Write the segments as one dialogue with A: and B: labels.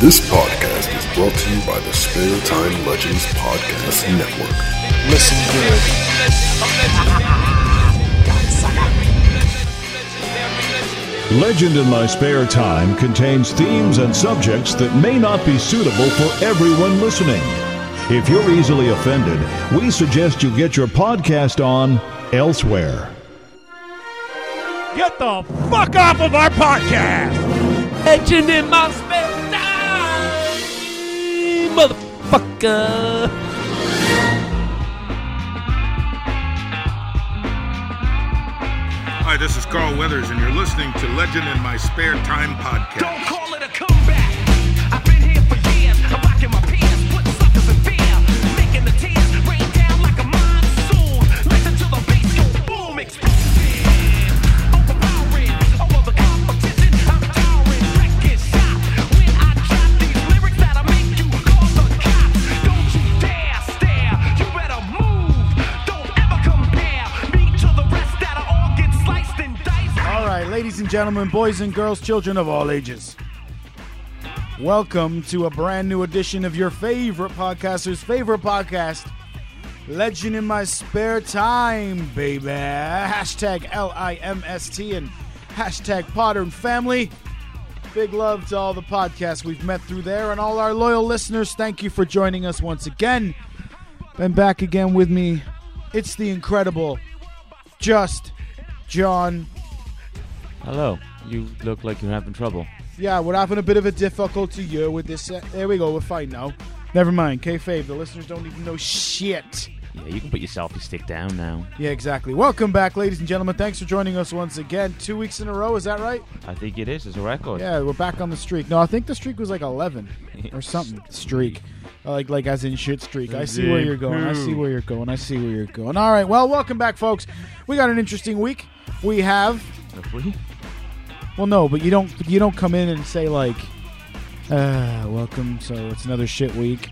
A: This podcast is brought to you by the Spare Time Legends Podcast Network.
B: Listen good.
C: Legend in My Spare Time contains themes and subjects that may not be suitable for everyone listening. If you're easily offended, we suggest you get your podcast on elsewhere.
D: Get the fuck off of our podcast!
E: Legend in my spare time, motherfucker.
F: Hi, this is Carl Weathers, and you're listening to Legend in My Spare Time podcast.
G: Don't call it a comeback. I've been here for years. I'm rocking my pants, putting suckers in fear, making the tears rain down like a monsoon. Listen to the bass go boom, explosive, overpowering, over the competition. I'm towering, wrecking shop. When I drop these lyrics that'll make you call the cops. Don't you dare stare. You better move. Don't ever compare me to the rest that'll all get sliced and diced.
B: All right, ladies and gentlemen, boys and girls, children of all ages. Welcome to a brand new edition of your favorite podcaster's favorite podcast, Legend in My Spare Time, baby. Hashtag LIMST and hashtag Potter and Family. Big love to all the podcasts we've met through there and all our loyal listeners. Thank you for joining us once again. And back again with me, it's the incredible, just John
E: Hello, you look like you're having trouble.
B: Yeah, we're having a bit of a difficulty here with this. Uh, there we go, we're fine now. Never mind, kayfabe. The listeners don't even know shit.
E: Yeah, you can put your selfie stick down now.
B: Yeah, exactly. Welcome back, ladies and gentlemen. Thanks for joining us once again. Two weeks in a row, is that right?
E: I think it is. It's a record.
B: Yeah, we're back on the streak. No, I think the streak was like eleven or something. Streak, like like as in shit streak. I see where you're going. I see where you're going. I see where you're going. All right. Well, welcome back, folks. We got an interesting week. We have
E: Have we?
B: Well, no, but you don't you don't come in and say like, uh, "Welcome." So it's another shit week.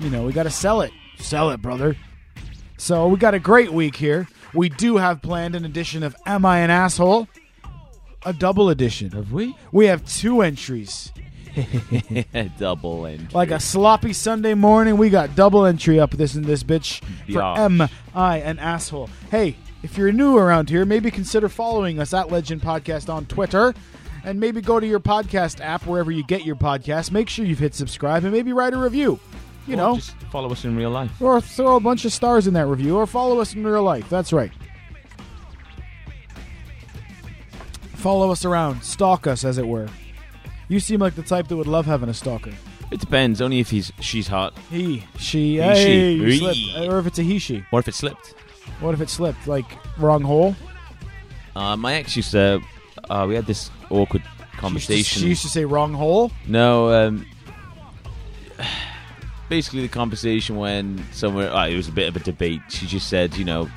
B: You know, we got to sell it, sell it, brother. So we got a great week here. We do have planned an edition of "Am I an Asshole?" A double edition.
E: Have we?
B: We have two entries.
E: Double end.
B: Like a sloppy Sunday morning, we got double entry up this and this bitch for
E: Yeah.
B: M I an asshole. Hey, if you're new around here, maybe consider following us at Legend Podcast on Twitter. And maybe go to your podcast app wherever you get your podcast. Make sure you've hit subscribe and maybe write a review. You know,
E: just follow us in real life.
B: or throw a bunch of stars in that review, or follow us in real life. That's right. Follow us around, stalk us, as it were. You seem like the type that would love having a stalker.
E: It depends. Only if he's she's hot,
B: He, she,
E: He, she.
B: hey, you
E: He.
B: slipped. Or if it's a he, she.
E: or if it slipped.
B: What if it slipped? Like, wrong hole?
E: Uh, my ex used to. Uh, we had this
B: She
E: awkward
B: used,
E: conversation.
B: to, she used to say wrong hole.
E: No, um, basically the conversation when somewhere ah, it was a bit of a debate. She just said, you know,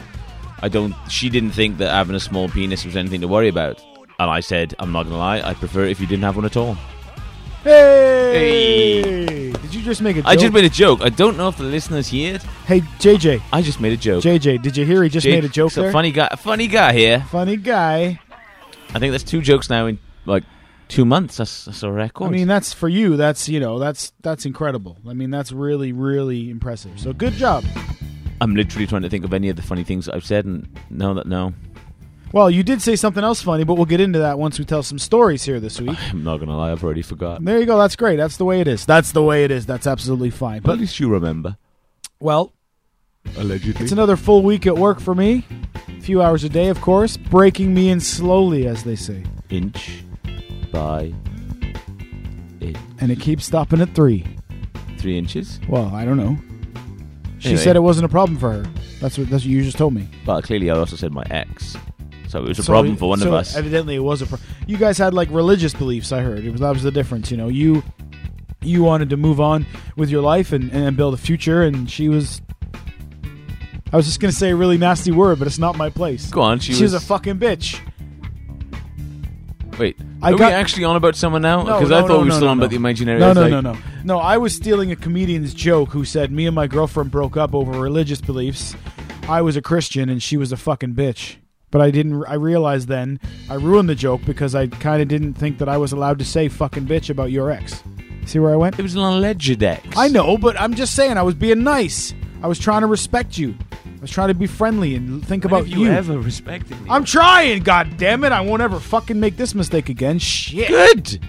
E: I don't. She didn't think that having a small penis was anything to worry about, and I said, I'm not gonna lie, I would prefer it if you didn't have one at all.
B: Hey! Did you just make a joke?
E: I just made a joke. I don't know if the listeners hear it.
B: Hey, JJ.
E: I just made a joke.
B: JJ, did you hear he just
E: Jake-
B: made a joke
E: it's a
B: there?
E: funny guy. Funny guy here.
B: funny guy.
E: I think that's two jokes now in like two months. That's, that's a record.
B: I mean, that's for you. That's you know, that's that's incredible. I mean, that's really really impressive. So good job.
E: I'm literally trying to think of any of the funny things that I've said, and no, that no,
B: Well, you did say something else funny, but we'll get into that once we tell some stories here this week.
E: I'm not gonna lie. I've already forgot.
B: There you go. That's great. That's the way it is. That's the way it is. That's absolutely fine.
E: But at
B: But
E: least you remember.
B: well,
F: Allegedly.
B: it's another full week at work for me. A few hours a day, of course, breaking me in slowly, as they say,
E: inch by inch.
B: and it keeps stopping at three.
E: three inches.
B: Well, I don't know. She
E: Anyway.
B: said it wasn't a problem for her. That's what that's what you just told me.
E: But clearly, I also said my ex, so it was a
B: So
E: problem
B: it-
E: for one of
B: so
E: us.
B: Evidently, it was a problem. You guys had like religious beliefs. I heard it was that was the difference. You know, you you wanted to move on with your life and, and build a future, and she was. I was just gonna say a really nasty word, but it's not my place.
E: Go on, she
B: She's
E: was-
B: a fucking bitch.
E: Wait,
B: I
E: are
B: got-
E: we actually on about someone now?
B: No,
E: Because
B: no,
E: I thought
B: no,
E: we were
B: no,
E: still
B: no,
E: on
B: no.
E: about the imaginary.
B: No,
E: It's
B: no,
E: like,
B: no, no, no. I was stealing a comedian's joke who said, "Me and my girlfriend broke up over religious beliefs. I was a Christian and she was a fucking bitch." But I didn't. I realized then I ruined the joke because I kind of didn't think that I was allowed to say "fucking bitch" about your ex. See where I went?
E: It was an alleged ex.
B: I know, but I'm just saying. I was being nice. I was trying to respect you. I was trying to be friendly and think about
E: Have you, ever respected me?
B: I'm trying. God damn it! I won't ever fucking make this mistake again. Shit.
E: good.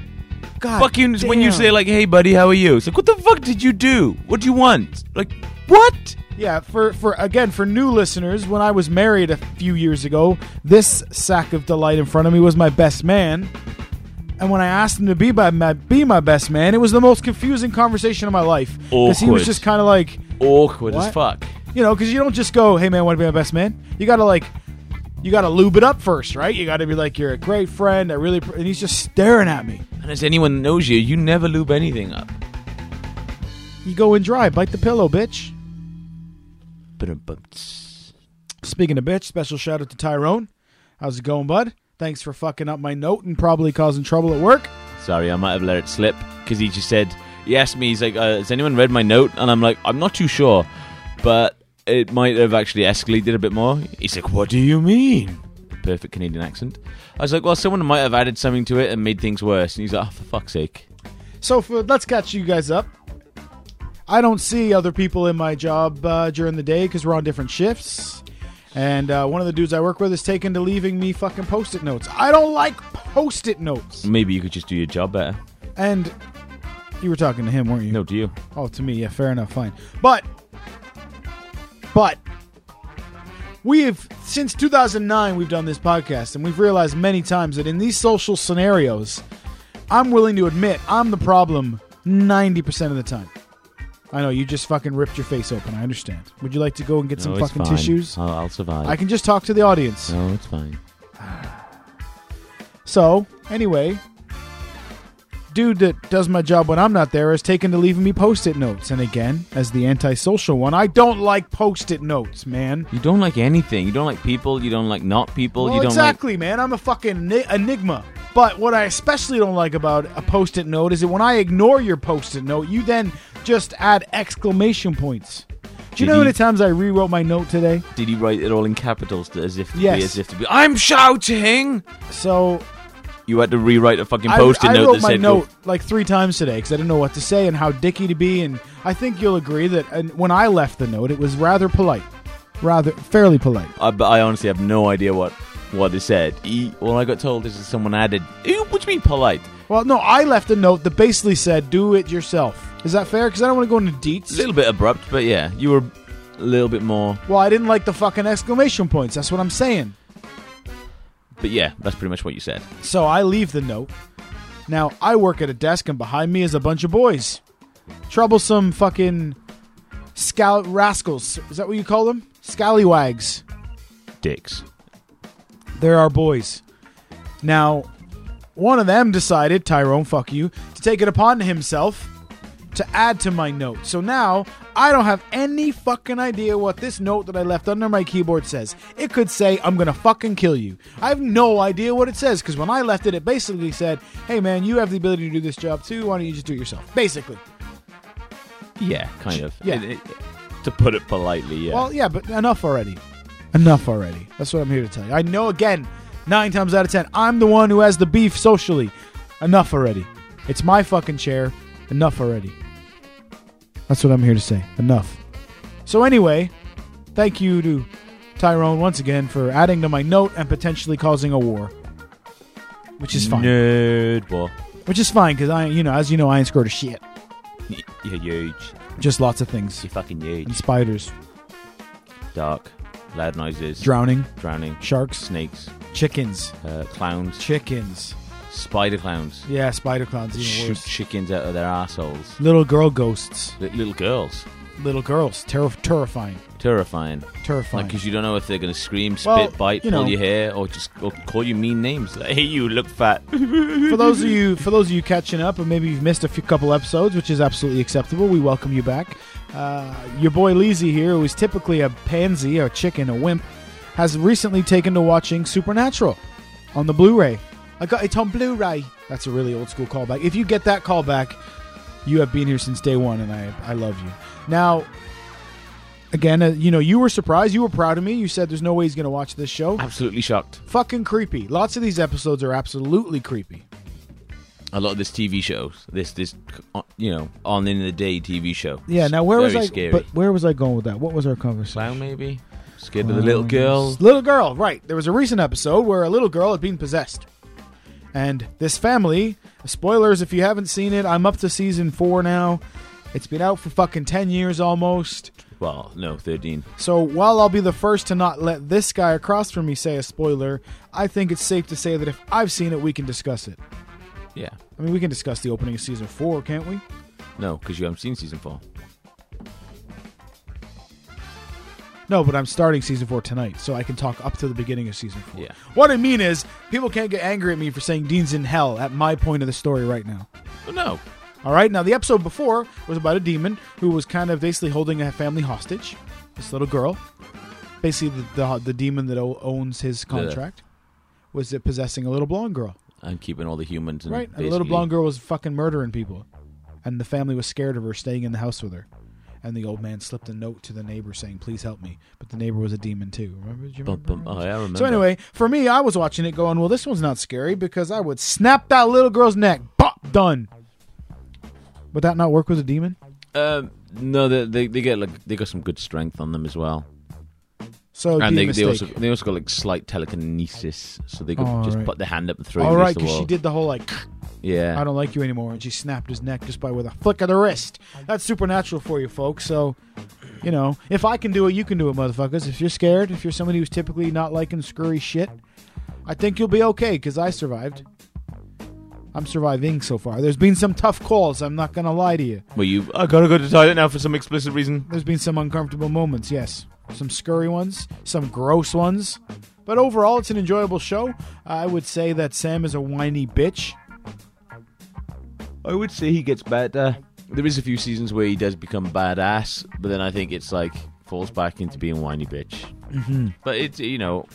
B: God.
E: Fucking when you
B: damn.
E: say like, "Hey, buddy, how are you?" It's like, "What the fuck did you do? What do you want?" Like, what?
B: Yeah, for for again for new listeners, when I was married a few years ago, this sack of delight in front of me was my best man. And when I asked him to be by my be my best man, it was the most confusing conversation of my life because he was
E: Awkward.
B: just kind of like,
E: Awkward
B: What?
E: as fuck.
B: you know, because you don't just go, "Hey man, want to be my best man?" You got to like, you got to lube it up first, right? You got to be like, "You're a great friend." I really, pr-" and he's just staring at me.
E: And as anyone knows you, you never lube anything up.
B: You go in dry, bite the pillow, bitch.
E: Ba-dum-bum-ts.
B: Speaking of bitch, special shout out to Tyrone. How's it going, bud? Thanks for fucking up my note and probably causing trouble at work.
E: Sorry, I might have let it slip because he just said he asked me. He's like, uh, "Has anyone read my note?" And I'm like, "I'm not too sure, but it might have actually escalated a bit more." He's like, "What do you mean?" Perfect Canadian accent. I was like, "Well, someone might have added something to it and made things worse." And he's like, "Oh, for fuck's sake."
B: So for, let's catch you guys up. I don't see other people in my job uh, during the day because we're on different shifts. And uh, one of the dudes I work with is taken to leaving me fucking post it notes. I don't like post it notes.
E: Maybe you could just do your job better.
B: And you were talking to him, weren't you?
E: No, do you?
B: Oh, to me, yeah, fair enough, fine. But, but, we have, since 2009, we've done this podcast, and we've realized many times that in these social scenarios, I'm willing to admit I'm the problem 90% of the time. I know, you just fucking ripped your face open. I understand. Would you like to go and get some
E: No, it's
B: fucking
E: fine.
B: tissues?
E: I'll, I'll survive.
B: I can just talk to the audience.
E: No, it's fine.
B: So, anyway, dude that does my job when I'm not there is taken to leaving me post it notes. And again, as the antisocial one, I don't like post it notes, man.
E: You don't like anything. You don't like people. You don't like not people.
B: Well,
E: you don't
B: exactly, man. I'm a fucking ni- enigma. But what I especially don't like about a post it note is that when I ignore your post it note, you then just add exclamation points. Do you
E: Did
B: know how
E: he-
B: many times I rewrote my note today?
E: like. Did he write it all in capitals to, as if to
B: Yes.
E: be as if to be? I'm shouting.
B: So
E: You had to rewrite a fucking
B: I-
E: post-it
B: I,
E: note
B: wrote
E: that
B: my
E: said,
B: note like three times today because I didn't know what to say and how dicky to be. And I think you'll agree that and when I left the note, it was rather polite, rather fairly polite.
E: I, but I honestly have no idea what what it said. E, all I got told is that someone added. Ew, what do you mean polite?
B: Well, no, I left a note that basically said, "Do it yourself." Is that fair? Because I don't want to go into
E: A
B: deets.
E: little bit abrupt, but yeah, you were a little bit more.
B: Well, I didn't like the fucking exclamation points. That's what I'm saying.
E: But yeah, that's pretty much what you said.
B: So I leave the note. Now I work at a desk, and behind me is a bunch of boys, troublesome fucking scout rascals. Is that what you call them? Scallywags.
E: Dicks.
B: They're our boys. Now, one of them decided, Tyrone, fuck you, to take it upon himself to add to my note. So now I don't have any fucking idea what this note that I left under my keyboard says. It could say, I'm gonna fucking kill you. I have no idea what it says because when I left it, it basically said, hey man, you have the ability to do this job too. Why don't you just do it yourself? Basically.
E: Yeah, kind of.
B: Yeah.
E: It- it- to put it politely, yeah.
B: Well, yeah, but enough already. Enough already. That's what I'm here to tell you. I know again, nine times out of ten, I'm the one who has the beef socially. Enough already. It's my fucking chair. Enough already. That's what I'm here to say. Enough. So anyway, thank you to Tyrone once again for adding to my note and potentially causing a war. Which is fine.
E: Nerd war.
B: Which is fine because I, you know, as you know, I ain't scared of shit.
E: You're huge.
B: Just lots of things.
E: You're fucking
B: And
E: huge.
B: spiders,
E: Dark. Loud noises.
B: drowning,
E: Drowning.
B: sharks,
E: Snakes.
B: chickens,
E: Uh, clowns.
B: chickens.
E: Spider clowns.
B: Yeah, spider clowns even
E: Shoot
B: worse.
E: chickens out of their assholes.
B: Little girl ghosts.
E: Li- little girls.
B: Little girls. Terri terrifying.
E: Terrifying.
B: Terrifying.
E: Like, because you don't know if they're going to scream, spit,
B: Well,
E: bite,
B: you
E: pull
B: know.
E: your hair, or just or call you mean names. Like, hey, you look fat.
B: for those of you, for those of you catching up, and maybe you've missed a few couple episodes, which is absolutely acceptable. We welcome you back. Uh, your boy Leezy here, who is typically a pansy, a chicken, a wimp, has recently taken to watching Supernatural on the Blu-ray. I got it on Blu-ray. That's a really old school callback. If you get that callback, you have been here since day one, and I I love you. Now. Again, uh, you know, you were surprised. You were proud of me. You said there's no way he's going to watch this show
E: Absolutely shocked.
B: fucking creepy. Lots of these episodes are absolutely creepy.
E: a lot of this TV shows, this this uh, you know on in the day TV show.
B: Yeah.
E: It's
B: Now where was
E: very
B: I?
E: Scary.
B: But where was I going with that? What was our conversation?
E: Clown maybe scared
B: Um,
E: of the little girl.
B: Little girl, right. There was a recent episode where a little girl had been possessed. And this family, spoilers if you haven't seen it, I'm up to season four now. It's been out for fucking 10 years almost.
E: Well, no, thirteen.
B: So while I'll be the first to not let this guy across from me say a spoiler, I think it's safe to say that if I've seen it, we can discuss it.
E: Yeah,
B: I mean, we can discuss the opening of season four, can't we?
E: no, because you haven't seen season four.
B: No, but I'm starting season four tonight, so I can talk up to the beginning of season four.
E: Yeah.
B: What I mean is, people can't get angry at me for saying Dean's in hell at my point of the story right now.
E: But Oh, no,
B: All right, now the episode before was about a demon who was kind of basically holding a family hostage, this little girl. Basically, the the, the demon that o- owns his contract was it possessing a little blonde girl,
E: I'm keeping all the humans. And
B: right? And
E: basically,
B: the little blonde girl was fucking murdering people, and the family was scared of her staying in the house with her. And the old man slipped a note to the neighbor saying, "Please help me." But the neighbor was a demon too. Remember? Do you
E: Bum,
B: remember?
E: bum. Oh, yeah, I remember.
B: So anyway, for me, I was watching it going, well, this one's not scary because I would snap that little girl's neck. Bop, done. Would that not work with a demon?
E: um, no, they, they they get like they got some good strength on them as well,
B: So demon
E: and they, they also
B: mistake.
E: they also got like slight telekinesis, so they could
B: Oh,
E: just
B: alright.
E: put their hand up and throw. it
B: All
E: against
B: right,
E: the
B: because she
E: wall.
B: did the whole like,
E: Yeah,
B: I don't like you anymore, and she snapped his neck just by with a flick of the wrist. That's supernatural for you, folks. So, you know, if I can do it, you can do it, motherfuckers. If you're scared, if you're somebody who's typically not liking scurry shit, I think you'll be okay because I survived. I'm surviving so far. There's been some tough calls. I'm not gonna lie to you.
E: Well, you. I gotta go to the toilet now for some explicit reason.
B: There's been some uncomfortable moments, yes. Some scurry ones, some gross ones. But overall, it's an enjoyable show. I would say that Sam is a whiny bitch.
E: I would say he gets better. There is a few seasons where he does become badass, but then I think it's like falls back into being whiny bitch. Mm-hmm. But it's you know,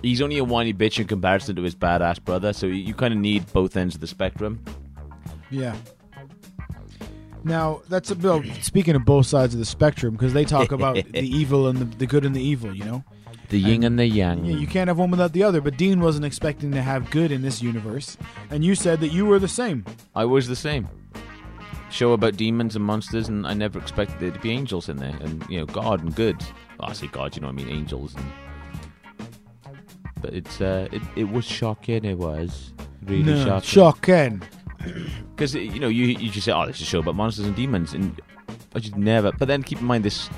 E: he's only a whiny bitch in comparison to his badass brother, so you, you kind of need both ends of the spectrum.
B: Yeah. Now, that's a bill. Speaking of both sides of the spectrum, because they talk about the evil and the, the good and the evil, you know?
E: The yin and the yang.
B: Yeah, you can't have one without the other, but Dean wasn't expecting to have good in this universe. And you said that you were the same.
E: I was the same. Show about demons and monsters, and I never expected there to be angels in there, and you know, God and good. Well, I say God, you know what I mean, angels. And... But it's uh, it, it was shocking. It was really
B: No,
E: shocking.
B: shocking.
E: because you know you you just say oh this is a show about monsters and demons and I just never but then keep in mind this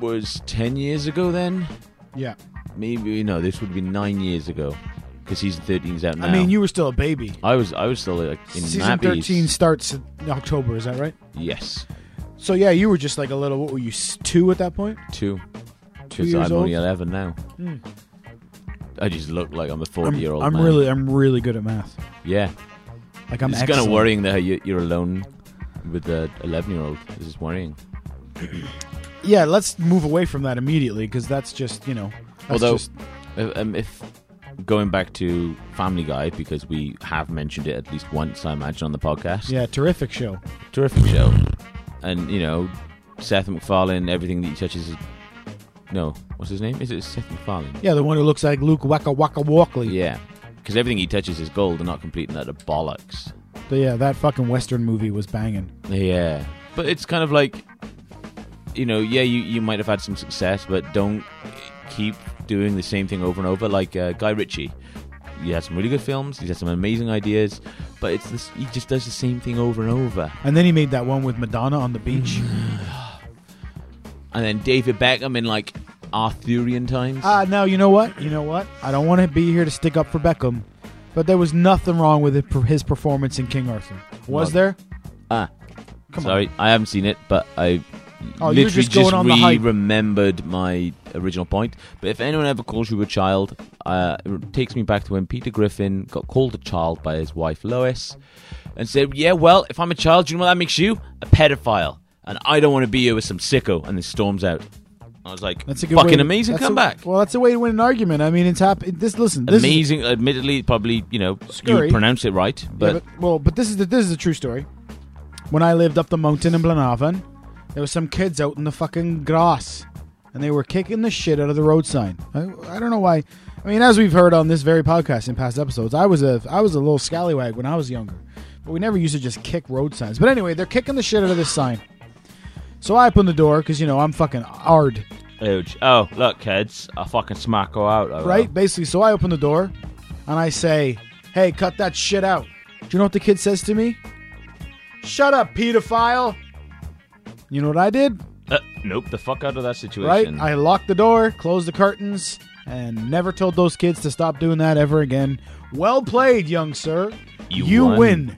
E: was 10 years ago then
B: Yeah.
E: maybe you know this would be 9 years ago because season 13's out now
B: I mean, you were still a baby.
E: I was I was still like in
B: Season
E: nappies.
B: 13 starts in October, is that right?
E: yes
B: So yeah, you were just like a little. What were you s- two at that point? Two
E: 2 'Cause
B: years
E: I'm
B: old. Hmm.
E: only 11 now I just look like I'm a 40 year old
B: I'm
E: man.
B: really, I'm really good at math.
E: yeah
B: Like I'm.
E: it's
B: excellent.
E: kind of worrying that you, you're alone with the 11 year old this is worrying
B: Yeah, let's move away from that immediately because that's just you know. That's
E: Although,
B: just,
E: uh, um, if going back to Family Guy, because we have mentioned it at least once, I imagine, on the podcast.
B: yeah, terrific show.
E: Terrific show. And, you know, Seth MacFarlane, everything that he touches is. No, what's his name? Is it Seth MacFarlane?
B: Yeah, the one who looks like Luke Waka Waka Walkley.
E: Yeah. Because everything he touches is gold and not completing that are bollocks.
B: But yeah, that fucking western movie was banging.
E: Yeah. But it's kind of like, you know, yeah, you, you might have had some success, but don't keep doing the same thing over and over. Like uh, Guy Ritchie, he had some really good films, he had some amazing ideas, but it's this, he just does the same thing over and over.
B: And then he made that one with Madonna on the beach.
E: Mm-hmm. And then David Beckham in like Arthurian times.
B: Ah, now you know what? You know what? I don't want to be here to stick up for Beckham, but there was nothing wrong with it, his performance in King Arthur. Was
E: Well,
B: there?
E: Ah,
B: come on.
E: sorry, I haven't seen it, but I
B: Oh,
E: literally
B: you were just going on the hype.
E: remembered my original point. But if anyone ever calls you a child, uh, it takes me back to when Peter Griffin got called a child by his wife Lois, and said, "Yeah, well, if I'm a child, you know what that makes you? A pedophile, and I don't want to be here with some sicko." And then storms out. I was like,
B: That's a good
E: fucking
B: way to-
E: amazing
B: that's a-
E: comeback."
B: well, that's a way to win an argument. I mean, it's happened. This listen, this is,
E: Amazing, admittedly, probably you know you
B: Scurry.
E: would pronounce it right,
B: Yeah,
E: but
B: but- well, but this is the, this is a true story. When I lived up the mountain in Blenavon, there was some kids out in the fucking grass, and they were kicking the shit out of the road sign. I, I don't know why. I mean, as we've heard on this very podcast in past episodes, I was a I was a little scallywag when I was younger, but we never used to just kick road signs. But anyway, they're kicking the shit out of this sign. So I open the door because you know I'm fucking hard,
E: Huge. Oh, look, kids, I fucking smack her out. I will.
B: right? Basically, so I open the door, and I say, "Hey, cut that shit out." Do you know what the kid says to me? Shut up, pedophile. You know what I did?
E: Uh, nope, the fuck out of that
B: Right?
E: situation.
B: I locked the door, closed the curtains, and never told those kids to stop doing that ever again. Well played, young sir.
E: You won.
B: win.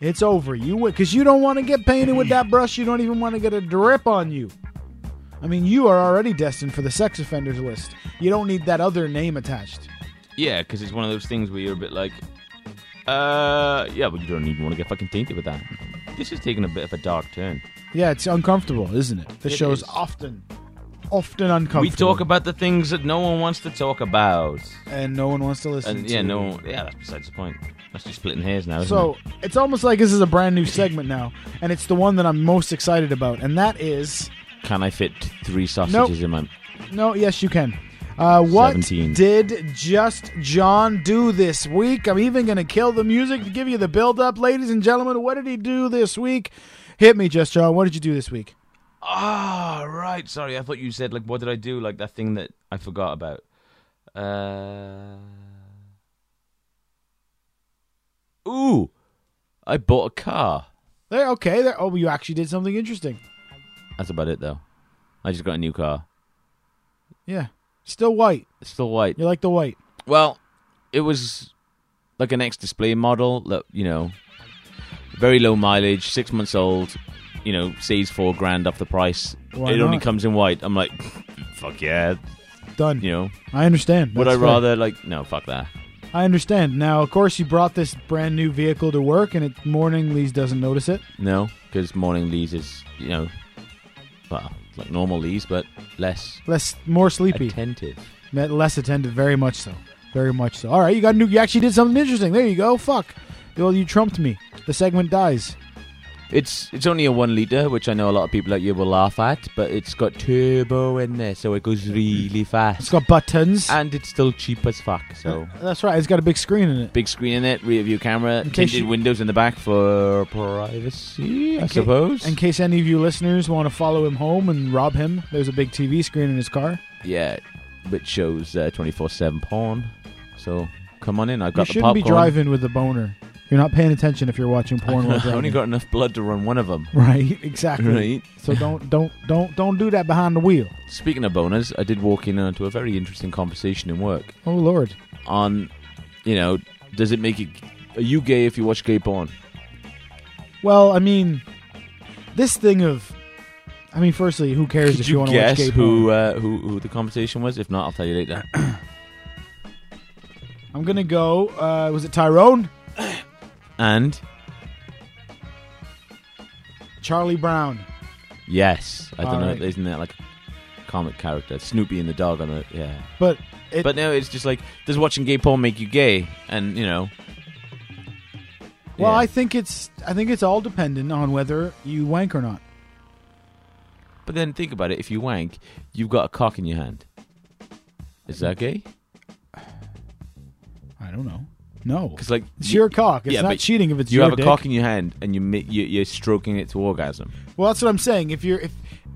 B: It's over. You win. Because you don't want to get painted with that brush. You don't even want to get a drip on you. I mean, you are already destined for the sex offenders list. You don't need that other name attached.
E: Yeah, because it's one of those things where you're a bit like, uh, yeah, but you don't even want to get fucking tainted with that. This is taking a bit of a dark turn.
B: Yeah, it's uncomfortable, isn't it? The
E: It
B: show's
E: is.
B: often, often uncomfortable.
E: We talk about the things that no one wants to talk about,
B: And no one wants to listen
E: and
B: to
E: yeah,
B: it.
E: no, yeah, that's besides the point. That's just splitting hairs now. Isn't
B: So
E: it?
B: it's almost like this is a brand new segment now, and it's the one that I'm most excited about, and that is
E: can I fit three sausages in my?
B: no, yes, you can. Uh, what
E: 17.
B: did Just John do this week? I'm even going to kill the music to give you the build up, ladies and gentlemen. What did he do this week? Hit me, Just John. What did you do this week?
E: Ah, right. Sorry, I thought you said like, what did I do? Like that thing that I forgot about. Uh. Ooh, I bought a car.
B: There, okay. There. Oh, you actually did something interesting.
E: That's about it though. I just got a new car.
B: Yeah, still white.
E: It's still white.
B: You like the white?
E: Well, it was like an ex-display model that you know, very low mileage, six months old. You know, saves four grand off the price.
B: Why
E: it only
B: not?
E: comes in white. I'm like, fuck yeah,
B: Done.
E: you know.
B: I understand.
E: Would I
B: That's fair.
E: rather like no, fuck that.
B: I understand. Now, of course, you brought this brand new vehicle to work, and it morning Lee's doesn't notice it.
E: No, because morning lees is you know, well, like normal lees, but less
B: less more sleepy,
E: attentive.
B: Me- less attentive. Very much so. Very much so. All right, you got a new. You actually did something interesting. There you go. Fuck. Well, you trumped me. The segment dies.
E: It's it's only a one liter, which I know a lot of people out here will laugh at, but it's got turbo in there, so it goes really
B: It's
E: fast,
B: got buttons.
E: and it's still cheap as fuck. So
B: That's right. It's got a big screen in it.
E: big screen in it, rear view camera,
B: case
E: tinted
B: you-
E: windows in the back for privacy, I
B: In ca-
E: suppose.
B: In case any of you listeners want to follow him home and rob him, there's a big TV screen in his car.
E: yeah, which shows twenty four seven porn. So come on in, I've
B: You
E: got the
B: shouldn't
E: popcorn.
B: be driving with a boner. You're not paying attention if you're watching porn. while
E: I only
B: driving.
E: got enough blood to run one of them.
B: right. Exactly.
E: Right.
B: So don't don't don't don't do that behind the wheel.
E: Speaking of boners, I did walk in onto a very interesting conversation in work
B: Oh lord.
E: on, you know, does it make it? Are you gay if you watch gay porn?
B: Well, I mean, this thing of, I mean, firstly, who cares
E: Did
B: if you,
E: you
B: want to watch
E: guess
B: gay
E: who
B: porn?
E: uh, who who the conversation was? If not, I'll tell you later.
B: I'm gonna go. Uh, was it Tyrone?
E: and
B: Charlie Brown.
E: yes, I don't
B: All
E: know.
B: right.
E: Isn't that like a comic character? Snoopy and the dog on the yeah.
B: But it,
E: But no, it's just like does watching gay porn make you gay? And you know,
B: well,
E: yeah.
B: I think it's I think it's all dependent on whether you wank or not.
E: But then think about it: if you wank, you've got a cock in your hand. Is that gay?
B: I don't know. No,
E: Because like
B: it's
E: you-
B: your cock. It's
E: uh, yeah,
B: not
E: but
B: cheating if it's
E: you
B: your
E: have a
B: dick.
E: cock in your hand and you mi- you- you're stroking it to orgasm.
B: Well, that's what I'm saying. If you're if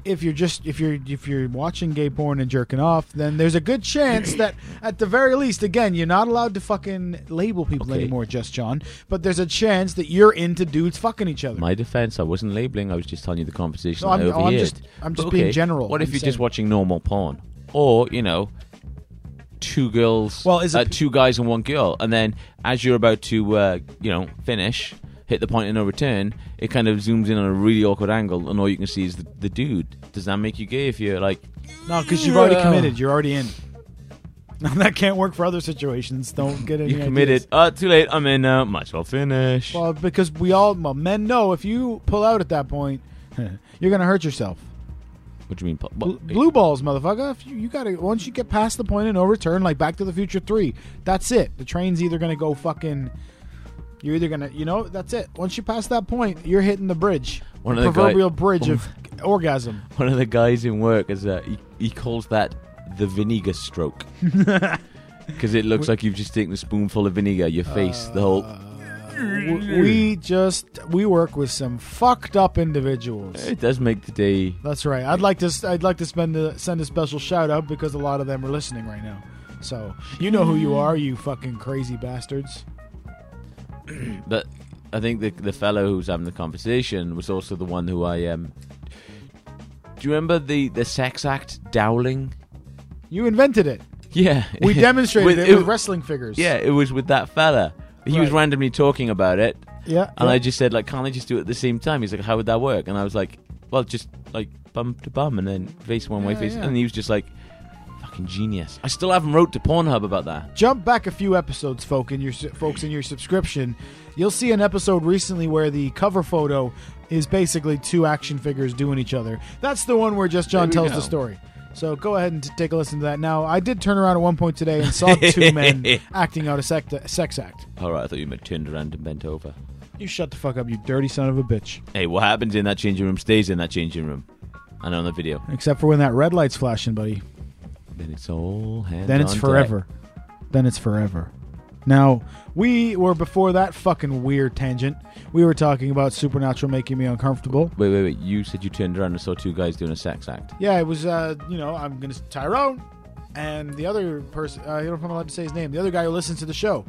B: if you're just if you're if you're watching gay porn and jerking off, then there's a good chance that at the very least, again, you're not allowed to fucking label people
E: Okay.
B: anymore, just John. But there's a chance that you're into dudes fucking each other.
E: My defense: I wasn't labeling. I was just telling you the conversation
B: No,
E: I
B: I'm- oh, I'm
E: overheard.
B: just- I'm just
E: But
B: being
E: okay,
B: general.
E: What if
B: I'm
E: you're just
B: saying-
E: watching normal porn, or you know, two girls?
B: Well, is it
E: uh,
B: p-
E: two guys and one girl? And then as you're about to, uh, you know, finish, hit the point of no return, it kind of zooms in on a really awkward angle, and all you can see is the, the dude. Does that make you gay if you're like?
B: No, because you've already
E: Yeah.
B: committed. You're already in. No, that can't work for other situations. Don't get any.
E: You committed.
B: ideas.
E: Uh, too late. I'm in now. Might as well finish.
B: Well, because we all well, men know if you pull out at that point, you're gonna hurt yourself.
E: what do you mean? pu-
B: Bl-
E: what-
B: Blue balls, motherfucker. If you, you gotta once you get past the point of no return, like Back to the Future Three, that's it. The train's either gonna go fucking. You're either gonna, you know, that's it. Once you pass that point, you're hitting the bridge,
E: One
B: the
E: of the guy-
B: proverbial bridge of orgasm.
E: one of the guys in work is uh, he, he calls that the vinegar stroke because it looks like you've just taken a spoonful of vinegar. Your face, the whole.
B: Uh. W- We just we work with some fucked up individuals.
E: It does make the day.
B: That's right. I'd like to s- I'd like to spend a, send a special shout out because a lot of them are listening right now. So you know who you are, you fucking crazy bastards.
E: But I think the the fellow who's having the conversation was also the one who I um. Do you remember the the sex act dowling?
B: You invented it.
E: Yeah,
B: We demonstrated
E: With-
B: it, with wrestling figures.
E: Yeah, it was with that fella. He was
B: Right.
E: randomly talking about it,
B: yeah.
E: and
B: yeah.
E: I just said like, "Can't I just do it at the same time?" He's like, "How would that work?" And I was like, "Well, just like bum to bum, and then face one way,
B: Yeah,
E: face."
B: yeah.
E: And he was just like, "Fucking genius!" I still haven't wrote to Pornhub about that.
B: jump back a few episodes, folk, in your folks in your subscription, you'll see an episode recently where the cover photo is basically two action figures doing each other. That's the one where just John
E: There we
B: tells
E: go.
B: the story. So go ahead and t- take a listen to that. Now, I did turn around at one point today and saw two men acting out a sect- sex act.
E: All right, I thought you meant turned around and bent over.
B: You shut the fuck up, you dirty son of a bitch.
E: Hey, what happens in that changing room stays in that changing room, and on the video,
B: Except for when that red light's flashing, buddy.
E: then it's all hands.
B: Then it's
E: on deck.
B: forever. Then it's forever. Now, we were before that fucking weird tangent. We were talking about Supernatural making me uncomfortable.
E: Wait, wait, wait! You said you turned around and saw two guys doing a sex act.
B: Yeah, it was. Uh, you know, I'm gonna Tyrone, and the other person. Uh, I don't know if I'm allowed to say his name. The other guy who listens to the show.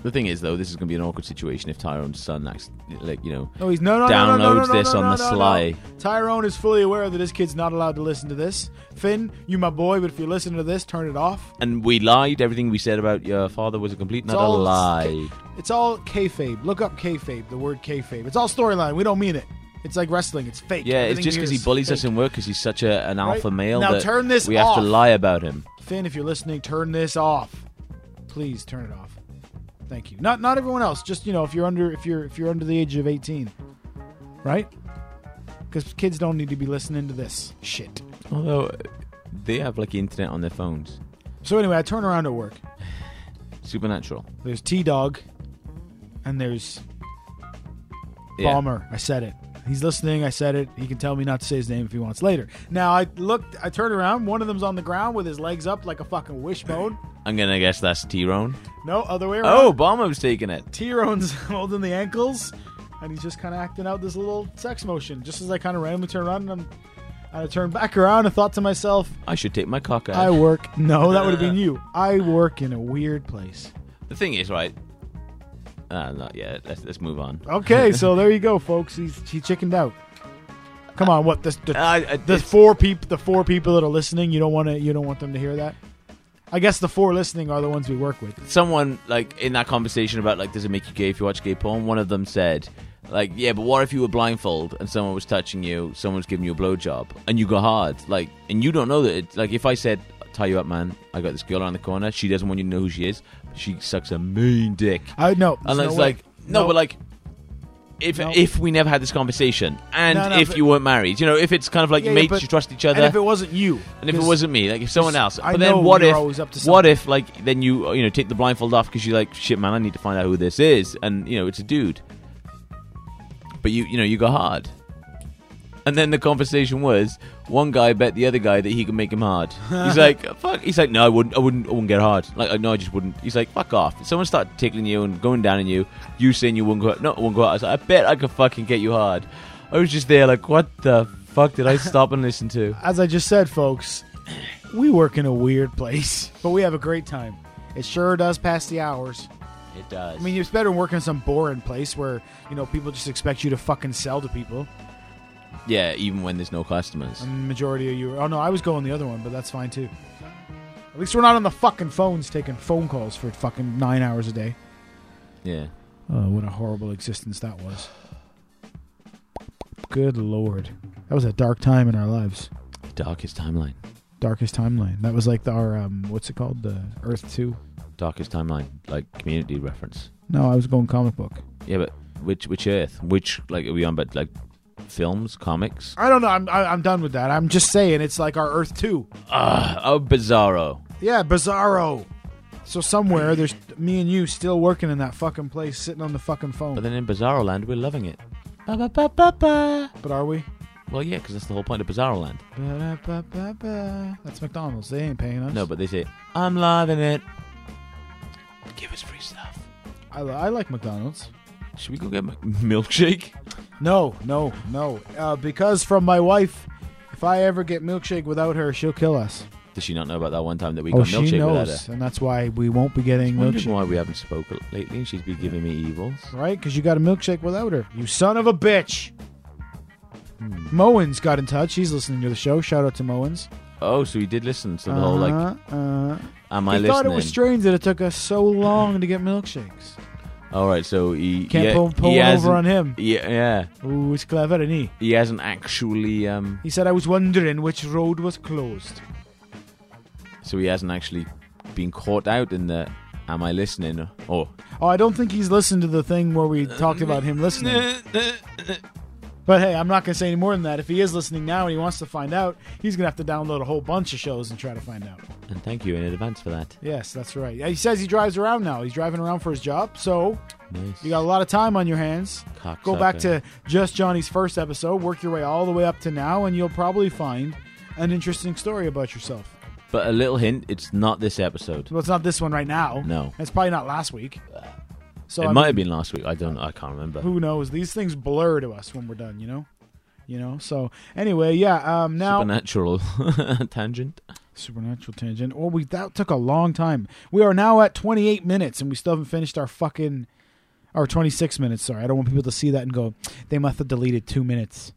E: The thing is, though, this is going to be an awkward situation if Tyrone's son, acts, like you know,
B: No, Oh, he's no, no, no, no, no, no,
E: Downloads
B: no,
E: this
B: no,
E: on
B: no,
E: the
B: no, no.
E: sly.
B: Tyrone is fully aware that his kid's not allowed to listen to this. Finn, you my boy, but if you're listening to this, turn it off.
E: and we lied. Everything we said about your father was a complete
B: It's
E: not a
B: all-
E: lie.
B: It's all kayfabe. Look up kayfabe. The word kayfabe. It's all storyline. We don't mean it. It's like wrestling. It's fake.
E: Yeah, it's
B: Everything
E: just
B: here
E: because he
B: is
E: bullies us
B: fake.
E: in work because he's such a, an
B: Right?
E: alpha male.
B: Now
E: that
B: turn this
E: We have to
B: off.
E: lie about him.
B: Finn, if you're listening, turn this off. Please turn it off. Thank you. Not not everyone else. Just you know, if you're under if you're if you're under the age of 18, right? Because kids don't need to be listening to this shit.
E: Although uh, they have like internet on their phones.
B: So anyway, I turn around at work.
E: Supernatural.
B: There's T Dog, and there's
E: Yeah.
B: Bomber. I said it. He's listening. I said it. He can tell me not to say his name if he wants later. Now I looked. I turned around. One of them's on the ground with his legs up like a fucking wishbone.
E: I'm gonna guess that's Tyrone.
B: No, other way around.
E: Oh, Bomber was taking it.
B: Tyrone's holding the ankles, and he's just kind of acting out this little sex motion. Just as I kind of randomly turn around, and I'm, and I turn back around and thought to myself,
E: I should take my cock out.
B: "I work." No, that would have been you. I work in a weird place.
E: the thing is, right? Uh, not yet. Let's, let's move on.
B: Okay, so there you go, folks. He's he chickened out. Come on, what the the,
E: I- I-
B: the
E: it's-
B: four people the four people that are listening? You don't want to you don't want them to hear that. I guess the four listening are the ones we work with.
E: someone like in that conversation about like does it make you gay if you watch gay porn one of them said like yeah but what if you were blindfold and someone was touching you someone was giving you a blowjob and you got hard like and you don't know that it's like if i said tie you up man i got this girl around the corner she doesn't want you to know who she is she sucks a mean dick
B: I no,
E: and
B: there's
E: it's
B: no way.
E: like no, but like if
B: No.
E: if we never had this conversation and
B: No, no,
E: if
B: but-
E: you weren't married you know if it's kind of like
B: Yeah, yeah,
E: mates
B: but-
E: you trust each
B: and
E: other
B: if it wasn't you,
E: and if it
B: 'cause-
E: wasn't me, like if someone else, but
B: I know
E: then what
B: you're
E: if?
B: always up to
E: what
B: something.
E: if like then you you know take the blindfold off because you're like shit, man, I need to find out who this is, and you know it's a dude. But you you know you go hard, and then the conversation was one guy bet the other guy that he could make him hard. He's like fuck. He's like no, I wouldn't, I wouldn't, I wouldn't get hard. Like I no, I just wouldn't. He's like fuck off. If someone started tickling you and going down on you, you saying you wouldn't go, out- no, I wouldn't go out. I was like, I bet I could fucking get you hard. I was just there like what the fuck did I stop and listen to?
B: as I just said, folks, we work in a weird place, but we have a great time. It sure does pass the hours.
E: It does.
B: I mean, it's better than working in some boring place where you know people just expect you to fucking sell to people.
E: Yeah, even when there's no customers.
B: And the majority of you, oh no, I was going the other one, but that's fine too. At least we're not on the fucking phones taking phone calls for fucking nine hours a day.
E: Yeah.
B: Oh, what a horrible existence that was. Good lord, that was a dark time in our lives.
E: Darkest timeline.
B: Darkest timeline. That was like the, our um, what's it called? The Earth Two.
E: Darkest timeline. Like community reference.
B: No, I was going comic book.
E: Yeah, but which which Earth? Which like are we on? But like films, comics.
B: I don't know. I'm I, I'm done with that. I'm just saying it's like our Earth Two.
E: Uh, oh, Bizarro.
B: Yeah, Bizarro. So somewhere there's me and you still working in that fucking place, sitting on the fucking
E: But
B: phone.
E: then in Bizarro Land, we're loving it. Ba ba ba ba ba.
B: But are we?
E: Well, yeah, because that's the whole point of Bizarro Land.
B: Ba-da-ba-ba-ba. That's McDonald's. They ain't paying us.
E: No, but they say I'm loving it. give us free stuff.
B: I, li- I like McDonald's.
E: Should we go get a milkshake?
B: No, no, no. Uh, because from my wife, if I ever get milkshake without her, she'll kill us.
E: Does she not know about that one time that we
B: oh,
E: got
B: she
E: milkshake without
B: knows,
E: her?
B: and that's why we won't be getting
E: Wondering
B: milkshake.
E: why we haven't spoken lately, and she's been giving me evils.
B: Right? Because you got a milkshake without her. You son of a bitch. Hmm. Moen's got in touch. He's listening to the show. Shout out to Moen's.
E: Oh, so he did listen to the whole like,
B: Uh, uh,
E: am
B: he
E: I listening?
B: thought it was strange that it took us so long to get milkshakes.
E: All right, so he
B: Can't
E: yeah,
B: pull, pull
E: he
B: one
E: hasn't-
B: over on him.
E: Yeah, yeah,
B: Ooh, it's clever, isn't he?
E: he hasn't actually. Um,
B: He said, I was wondering which road was closed.
E: so he hasn't actually been caught out in the. Am I listening? Or
B: Oh, I don't think he's listened to the thing where we talked about him listening. But hey, I'm not going to say any more than that. If he is listening now and he wants to find out, he's going to have to download a whole bunch of shows and try to find out.
E: and thank you in advance for that.
B: Yes, that's right. Yeah, He says he drives around now. He's driving around for his job. So
E: Nice.
B: you got a lot of time on your hands.
E: Cocksucker.
B: Go back to just Johnny's first episode, work your way all the way up to now, and you'll probably find an interesting story about yourself.
E: But a little hint: it's not this episode.
B: Well, it's not this one right now.
E: No.
B: It's probably not last week. So
E: it
B: I
E: might
B: mean,
E: have been last week. I don't. I can't remember.
B: who knows? These things blur to us when we're done, you know? You know? So anyway, yeah, um now
E: Supernatural tangent.
B: Supernatural tangent. Well, we that took a long time. We are now at 28 minutes, and we still haven't finished our fucking, or 26 minutes. Sorry, I don't want people to see that and go, they must have deleted two minutes,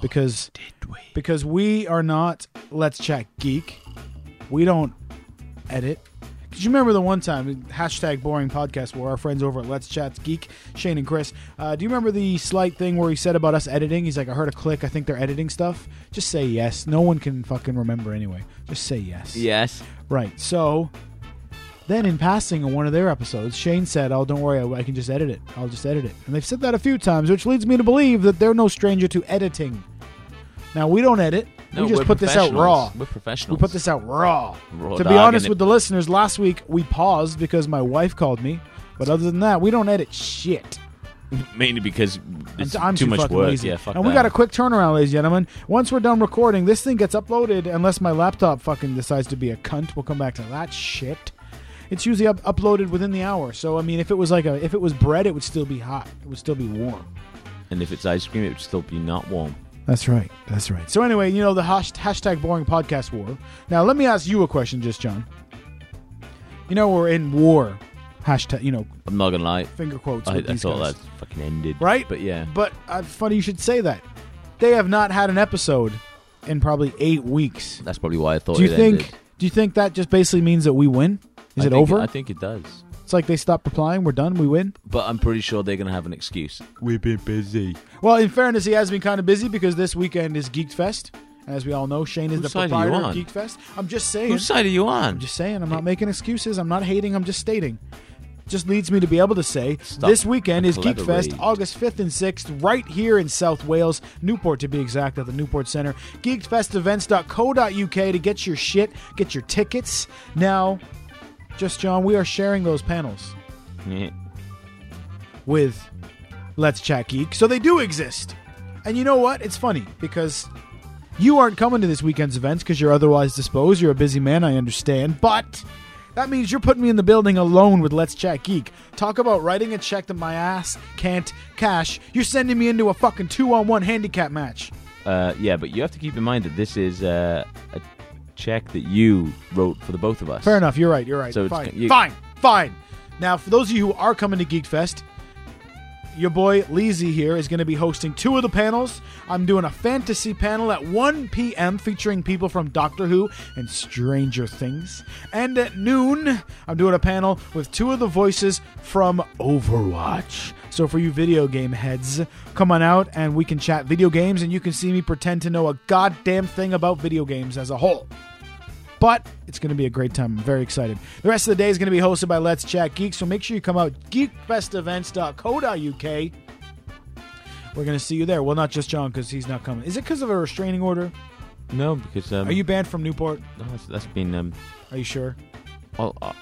B: because
E: Oh, Did we?
B: because we are not. Let's check geek. We don't edit. Cause you remember the one time hashtag boring podcast where our friends over at Let's Chat's Geek Shane and Chris. Uh, do you remember the slight thing where he said about us editing? He's like, I heard a click. I think they're editing stuff. Just say yes. No one can fucking remember anyway. Just say yes.
E: Yes.
B: Right. So then in passing on one of their episodes, Shane said, Oh, don't worry, I, I can just edit it. I'll just edit it. And they've said that a few times, which leads me to believe that they're no stranger to editing. Now, we don't edit.
E: No,
B: we just
E: we're
B: put this out raw.
E: professionals. We're
B: We
E: professionals.
B: put this out raw.
E: Raw
B: to be
E: dog,
B: honest
E: innit?
B: with the listeners, last week we paused because my wife called me. But other than that, we don't edit shit.
E: mainly because it's
B: I'm, I'm
E: too, much
B: fucking
E: work.
B: lazy.
E: Yeah, fuck
B: and we
E: that.
B: got a quick turnaround, ladies and gentlemen. Once we're done recording, this thing gets uploaded unless my laptop fucking decides to be a cunt. We'll come back to that shit. It's usually up- uploaded within the hour. So I mean, if it was like a if it was bread, it would still be hot. It would still be warm.
E: And if it's ice cream, it would still be not warm.
B: That's right. That's right. So anyway, you know the hash- hashtag boring podcast war. Now let me ask you a question, just John. You know we're in war. Hashtag. You know
E: I'm not gonna lie.
B: finger quotes.
E: I,
B: with
E: I
B: these
E: thought
B: guys.
E: that fucking ended.
B: right?
E: But yeah.
B: But uh, funny you should say that. They have not had an episode in probably eight weeks.
E: That's probably why I thought.
B: Do you
E: it
B: think?
E: Ended.
B: Do you think that just basically means that we win? Is
E: I
B: it
E: think-
B: over?
E: I think it does.
B: it's like they stopped replying. We're done. We win.
E: But I'm pretty sure they're gonna have an excuse. We've been busy.
B: Well, in fairness, he has been kind of busy because this weekend is Geek Fest. As we all know, Shane is
E: Whose
B: the
E: side are you
B: proprietor of
E: on?
B: Geek Fest. I'm just saying.
E: Whose side are you on?
B: I'm just saying. I'm not making excuses. I'm not hating. I'm just stating. Just leads me to be able to say
E: Stop
B: this weekend
E: and
B: is Geek Fest,
E: collaborate.
B: August 5th and 6th, right here in South Wales, Newport to be exact, at the Newport Center. GeekFestEvents.co.uk to get your shit, get your tickets. Now, just John, we are sharing those panels
E: Yeah.
B: with Let's Chat Geek. So they do exist. And you know what? It's funny because you aren't coming to this weekend's events because you're otherwise disposed. You're a busy man, I understand. But that means you're putting me in the building alone with Let's Chat Geek. Talk about writing a check that my ass can't cash. You're sending me into a fucking two on one handicap match.
E: Uh, yeah, but you have to keep in mind that this is uh, a check that you wrote for the both of us.
B: Fair enough. You're right. You're right.
E: So it's-
B: fine.
E: you-
B: fine. Fine. Now, for those of you who are coming to Geek Fest, your boy Leezy here is going to be hosting two of the panels. I'm doing a fantasy panel at 1 p.m. featuring people from Doctor Who and Stranger Things. And at noon, I'm doing a panel with two of the voices from Overwatch. So, for you video game heads, come on out and we can chat video games and you can see me pretend to know a goddamn thing about video games as a whole but it's going to be a great time. I'm very excited. The rest of the day is going to be hosted by Let's Chat Geek, so make sure you come out geekfestevents.co.uk. We're going to see you there. Well, not just John because he's not coming. Is it because of a restraining order?
E: No, because um,
B: Are you banned from Newport?
E: no, that's- that's been. Um,
B: Are you sure?
E: I'll, I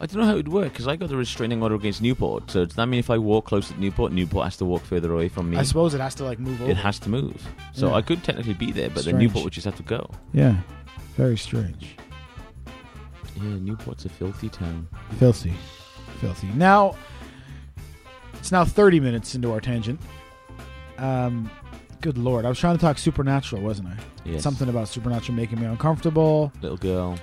E: I don't know how it would work because I got the restraining order against Newport. So does that mean if I walk close to Newport, Newport has to walk further away from me?
B: I suppose it has to like move over.
E: it has to move. So
B: Yeah.
E: I could technically be there, but then
B: Strange.
E: Newport would just have to go.
B: yeah, very strange.
E: Yeah, Newport's a filthy town.
B: Filthy. filthy. Now, it's now 30 minutes into our tangent. Um, good lord, I was trying to talk supernatural, wasn't I?
E: Yes.
B: Something about supernatural making me uncomfortable.
E: Little girl,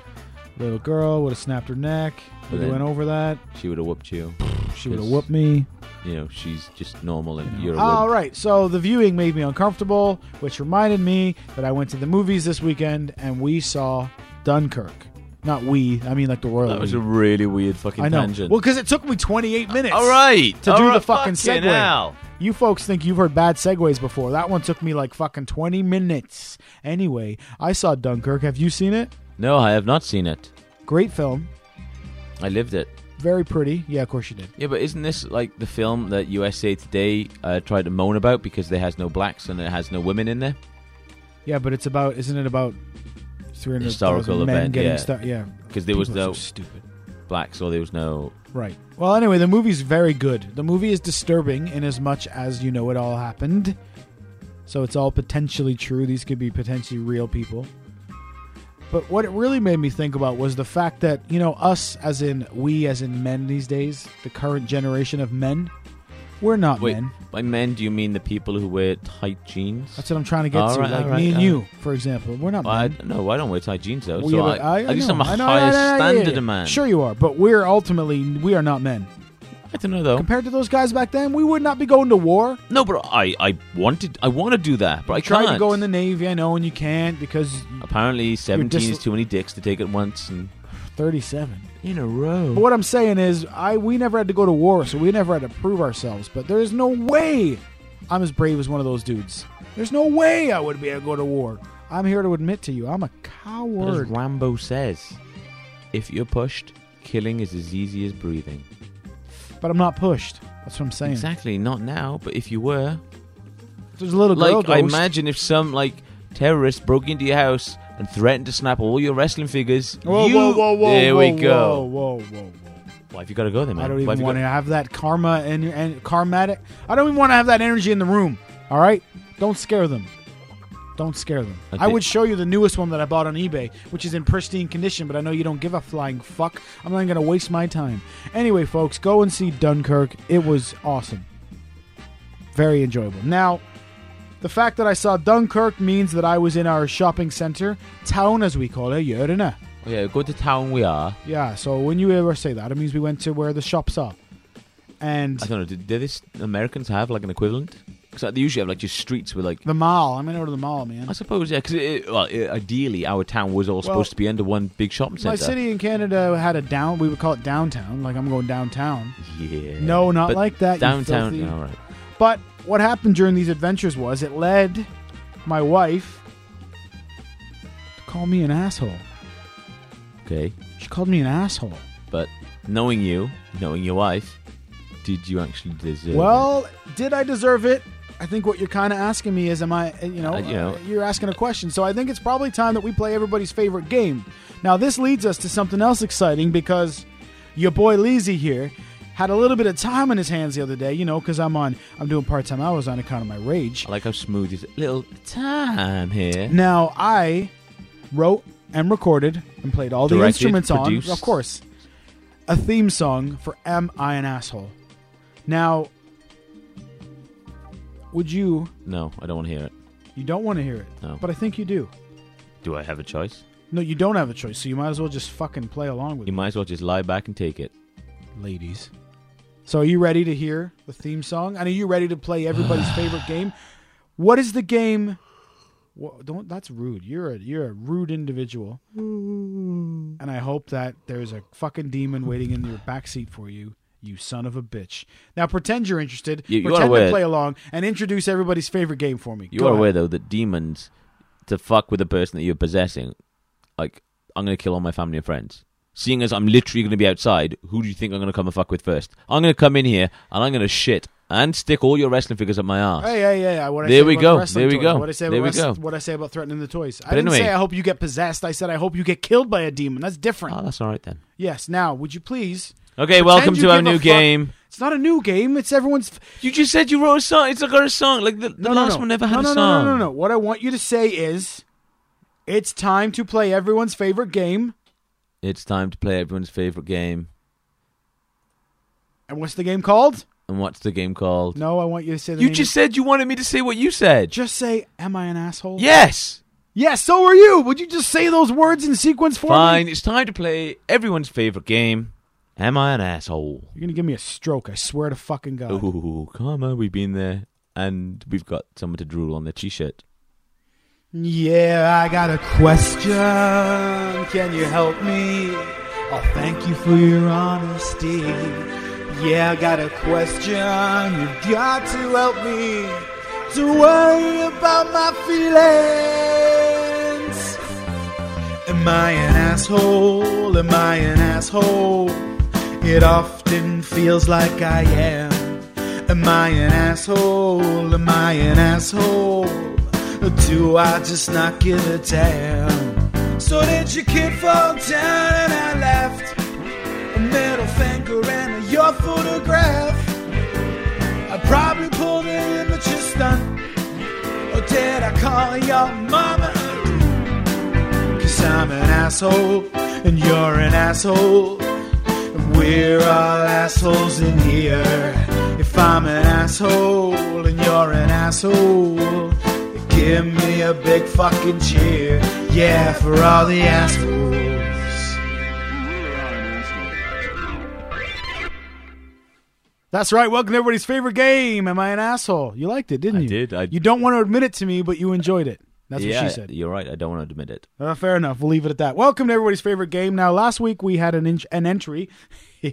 B: Little girl would have snapped her neck. We
E: Then-
B: went over that.
E: she would have whooped you.
B: She would have
E: Yes.
B: whooped me.
E: You know, she's just normal and you're a
B: All
E: wimp.
B: right, so the viewing made me uncomfortable, which reminded me that I went to the movies this weekend and we saw Dunkirk. Not we, I mean like the royal.
E: That was
B: we.
E: a really weird fucking
B: I know.
E: tangent.
B: Well, because it took me 28 minutes.
E: all right.
B: to
E: all
B: do the
E: right,
B: fucking
E: fucking
B: segue.
E: hell.
B: You folks think you've heard bad segues before. That one took me like fucking 20 minutes. Anyway, I saw Dunkirk. Have you seen it?
E: No, I have not seen it.
B: Great film.
E: I lived it.
B: Very pretty. Yeah, of course you did.
E: Yeah, but isn't this like the film that USA Today uh, tried to moan about because there has no blacks and it has no women in there?
B: Yeah, but it's about, isn't it about 300
E: Historical
B: men
E: event,
B: getting
E: yeah.
B: star- yeah.
E: Because there was
B: People are
E: no
B: so stupid.
E: blacks or there was no.
B: Right. Well, anyway, the movie's very good. The movie is disturbing in as much as you know it all happened. So it's all potentially true. These could be potentially real people. But what it really made me think about was the fact that, you know, us as in we as in men these days, the current generation of men, we're not
E: Wait,
B: men.
E: by men do you mean the people who wear tight jeans?
B: That's what I'm trying to get
E: All
B: to.
E: right,
B: like
E: all right,
B: me and
E: all
B: you, for example. We're not
E: Well, I,
B: men.
E: no, I don't wear tight jeans though.
B: We
E: so
B: have a-
E: I, at least
B: know,
E: I'm a
B: I know, I
E: higher
B: know, I know, yeah,
E: standard
B: yeah.
E: of man.
B: Sure you are, but we're ultimately we are not men.
E: I don't know though.
B: Compared to those guys back then, we would not be going to war.
E: no, but I, I wanted, I want to do that, but I
B: tried
E: can't.
B: to go in the navy, I know, and you can't because
E: Apparently, 17
B: dis-
E: is too many dicks to take at once and
B: thirty-seven.
E: in a row.
B: But what I'm saying is, I we never had to go to war, so we never had to prove ourselves. But there is no way I'm as brave as one of those dudes. There's no way I would be able to go to war. I'm here to admit to you, I'm a
E: But as
B: coward.
E: Rambo says, if you're pushed, killing is as easy as breathing.
B: But I'm not pushed. That's what I'm saying.
E: Exactly, not now, but if you were,
B: There's a little girl
E: like, I
B: ghost.
E: imagine if some like terrorist broke into your house and threatened to snap all your wrestling figures.
B: Whoa,
E: you,
B: whoa, whoa, whoa!
E: There
B: whoa,
E: we go.
B: Whoa, whoa, whoa, whoa!
E: Why have you got to go there, man?
B: I don't
E: Why
B: even
E: have you
B: want to
E: got-
B: have that karma and and karmatic. I don't even want to have that energy in the room. All right, don't scare them. Don't scare them.
E: I
B: I
E: did-
B: would show you the newest one that I bought on eBay, which is in pristine condition, but I know you don't give a flying fuck. I'm not even gonna waste my time. Anyway, folks, go and see Dunkirk. It was awesome. Very enjoyable. Now, the fact that I saw Dunkirk means that I was in our shopping center, town as we call it, Jørgen.
E: Oh, yeah, go to town we are.
B: Yeah, so when you ever say that, it means we went to where the shops are. And
E: I don't know. Do, do this Americans have like an equivalent? Because they usually have like just streets with like.
B: the mall. I'm going to go to the mall, man.
E: I suppose yeah, because well, i ideally our town was all supposed to be under one big shopping center.
B: My city in Canada had a down, we would call it downtown. Like, I'm going downtown.
E: Yeah.
B: No, not
E: But
B: like that, you
E: Downtown.
B: filthy-
E: All right.
B: But what happened during these adventures was it led my wife to call me an asshole.
E: Okay.
B: She called me an asshole.
E: But knowing you, knowing your wife, did you actually deserve?
B: Well, did I deserve it? I think what you're kind of asking me is, am I, you know,
E: Uh, you know.
B: you're asking a question. So I think it's probably time that we play everybody's favorite game. Now, this leads us to something else exciting because your boy Leezy here had a little bit of time on his hands the other day, you know, because I'm on, I'm doing part time hours on account of my rage.
E: I like how smooth is little time here.
B: Now, I wrote and recorded and played all the
E: Directed,
B: instruments
E: produced.
B: on, of course, a theme song for Am I an Asshole? Now, would you
E: No, I don't want to hear it.
B: You don't want to hear it.
E: No.
B: But I think you do.
E: Do I have a choice?
B: No, you don't have a choice, so you might as well just fucking play along with
E: You
B: it,
E: might as well just lie back and take it.
B: ladies. So are you ready to hear the theme song? And are you ready to play everybody's favorite game? What is the game? Wha- don't that's rude. You're a you're a rude individual. And I hope that there's a fucking demon waiting in your backseat for you. You son of a bitch. Now pretend you're interested.
E: You- you are
B: pretend to
E: aware-
B: play along and introduce everybody's favorite game for me.
E: You
B: Go
E: are
B: ahead.
E: aware though that demons to fuck with the person that you're possessing, like I'm gonna kill all my family and friends. Seeing as I'm literally gonna be outside, who do you think I'm gonna come and fuck with first? I'm gonna come in here and I'm gonna shit and stick all your wrestling figures up my ass.
B: Hey, uh, hey, hey! What I
E: There
B: say
E: we
B: about
E: go.
B: the wrestling
E: There we
B: toys.
E: go.
B: What I say
E: There
B: about
E: we
B: wrest-
E: go.
B: What I say about threatening the toys. I didn't
E: anyway-
B: say I hope you get possessed. I said I hope you get killed by a demon. That's different.
E: Oh, that's all right then.
B: yes. Now, would you please?
E: Okay,
B: pretend
E: welcome
B: you
E: to our
B: give a
E: new
B: fuck-
E: game.
B: It's not a new game. It's everyone's. f-
E: You just said you wrote a song. It's like got a song. Like the, the
B: No, no,
E: last
B: no.
E: one never had
B: no, no,
E: a song.
B: No, no, no, no. What I want you to say is, it's time to play everyone's favorite game.
E: It's time to play everyone's favorite game.
B: And what's the game called?
E: And what's the game called?
B: No, I want you to say the
E: you
B: name
E: just said you wanted me to say what you said.
B: just say, "Am I an asshole?"
E: yes.
B: Yes, so are you. Would you just say those words in sequence for
E: Fine.
B: me?
E: It's time to play everyone's favorite game. Am I an asshole?
B: You're gonna give me a stroke. I swear to fucking God.
E: Ooh, karma. We've been there, and we've got someone to drool on their t-shirt.
B: Yeah, I got a question. Can you help me? Oh, thank you for your honesty. Yeah, I got a question. You've got to help me to worry about my feelings. Am I an asshole? Am I an asshole? It often feels like I am. Am I an asshole? Am I an asshole? Or do I just not give a damn? So did your kid fall down and I left? A middle finger and a your photograph. I probably pulled an immature stunt. Or did I call your mama? Cause I'm an asshole, and you're an asshole. And we're all assholes in here. If I'm an asshole, and you're an asshole, give me a big fucking cheer. Yeah, for all the assholes. That's right. Welcome to everybody's favorite game. Am I an asshole? You liked it, didn't
E: I
B: you?
E: did. I-
B: You don't want to admit it to me, but you enjoyed it. That's
E: yeah,
B: what she said.
E: you're right. I don't want to admit it.
B: Uh, fair enough. We'll leave it at that. Welcome to everybody's favorite game. Now, last week we had an, in- an entry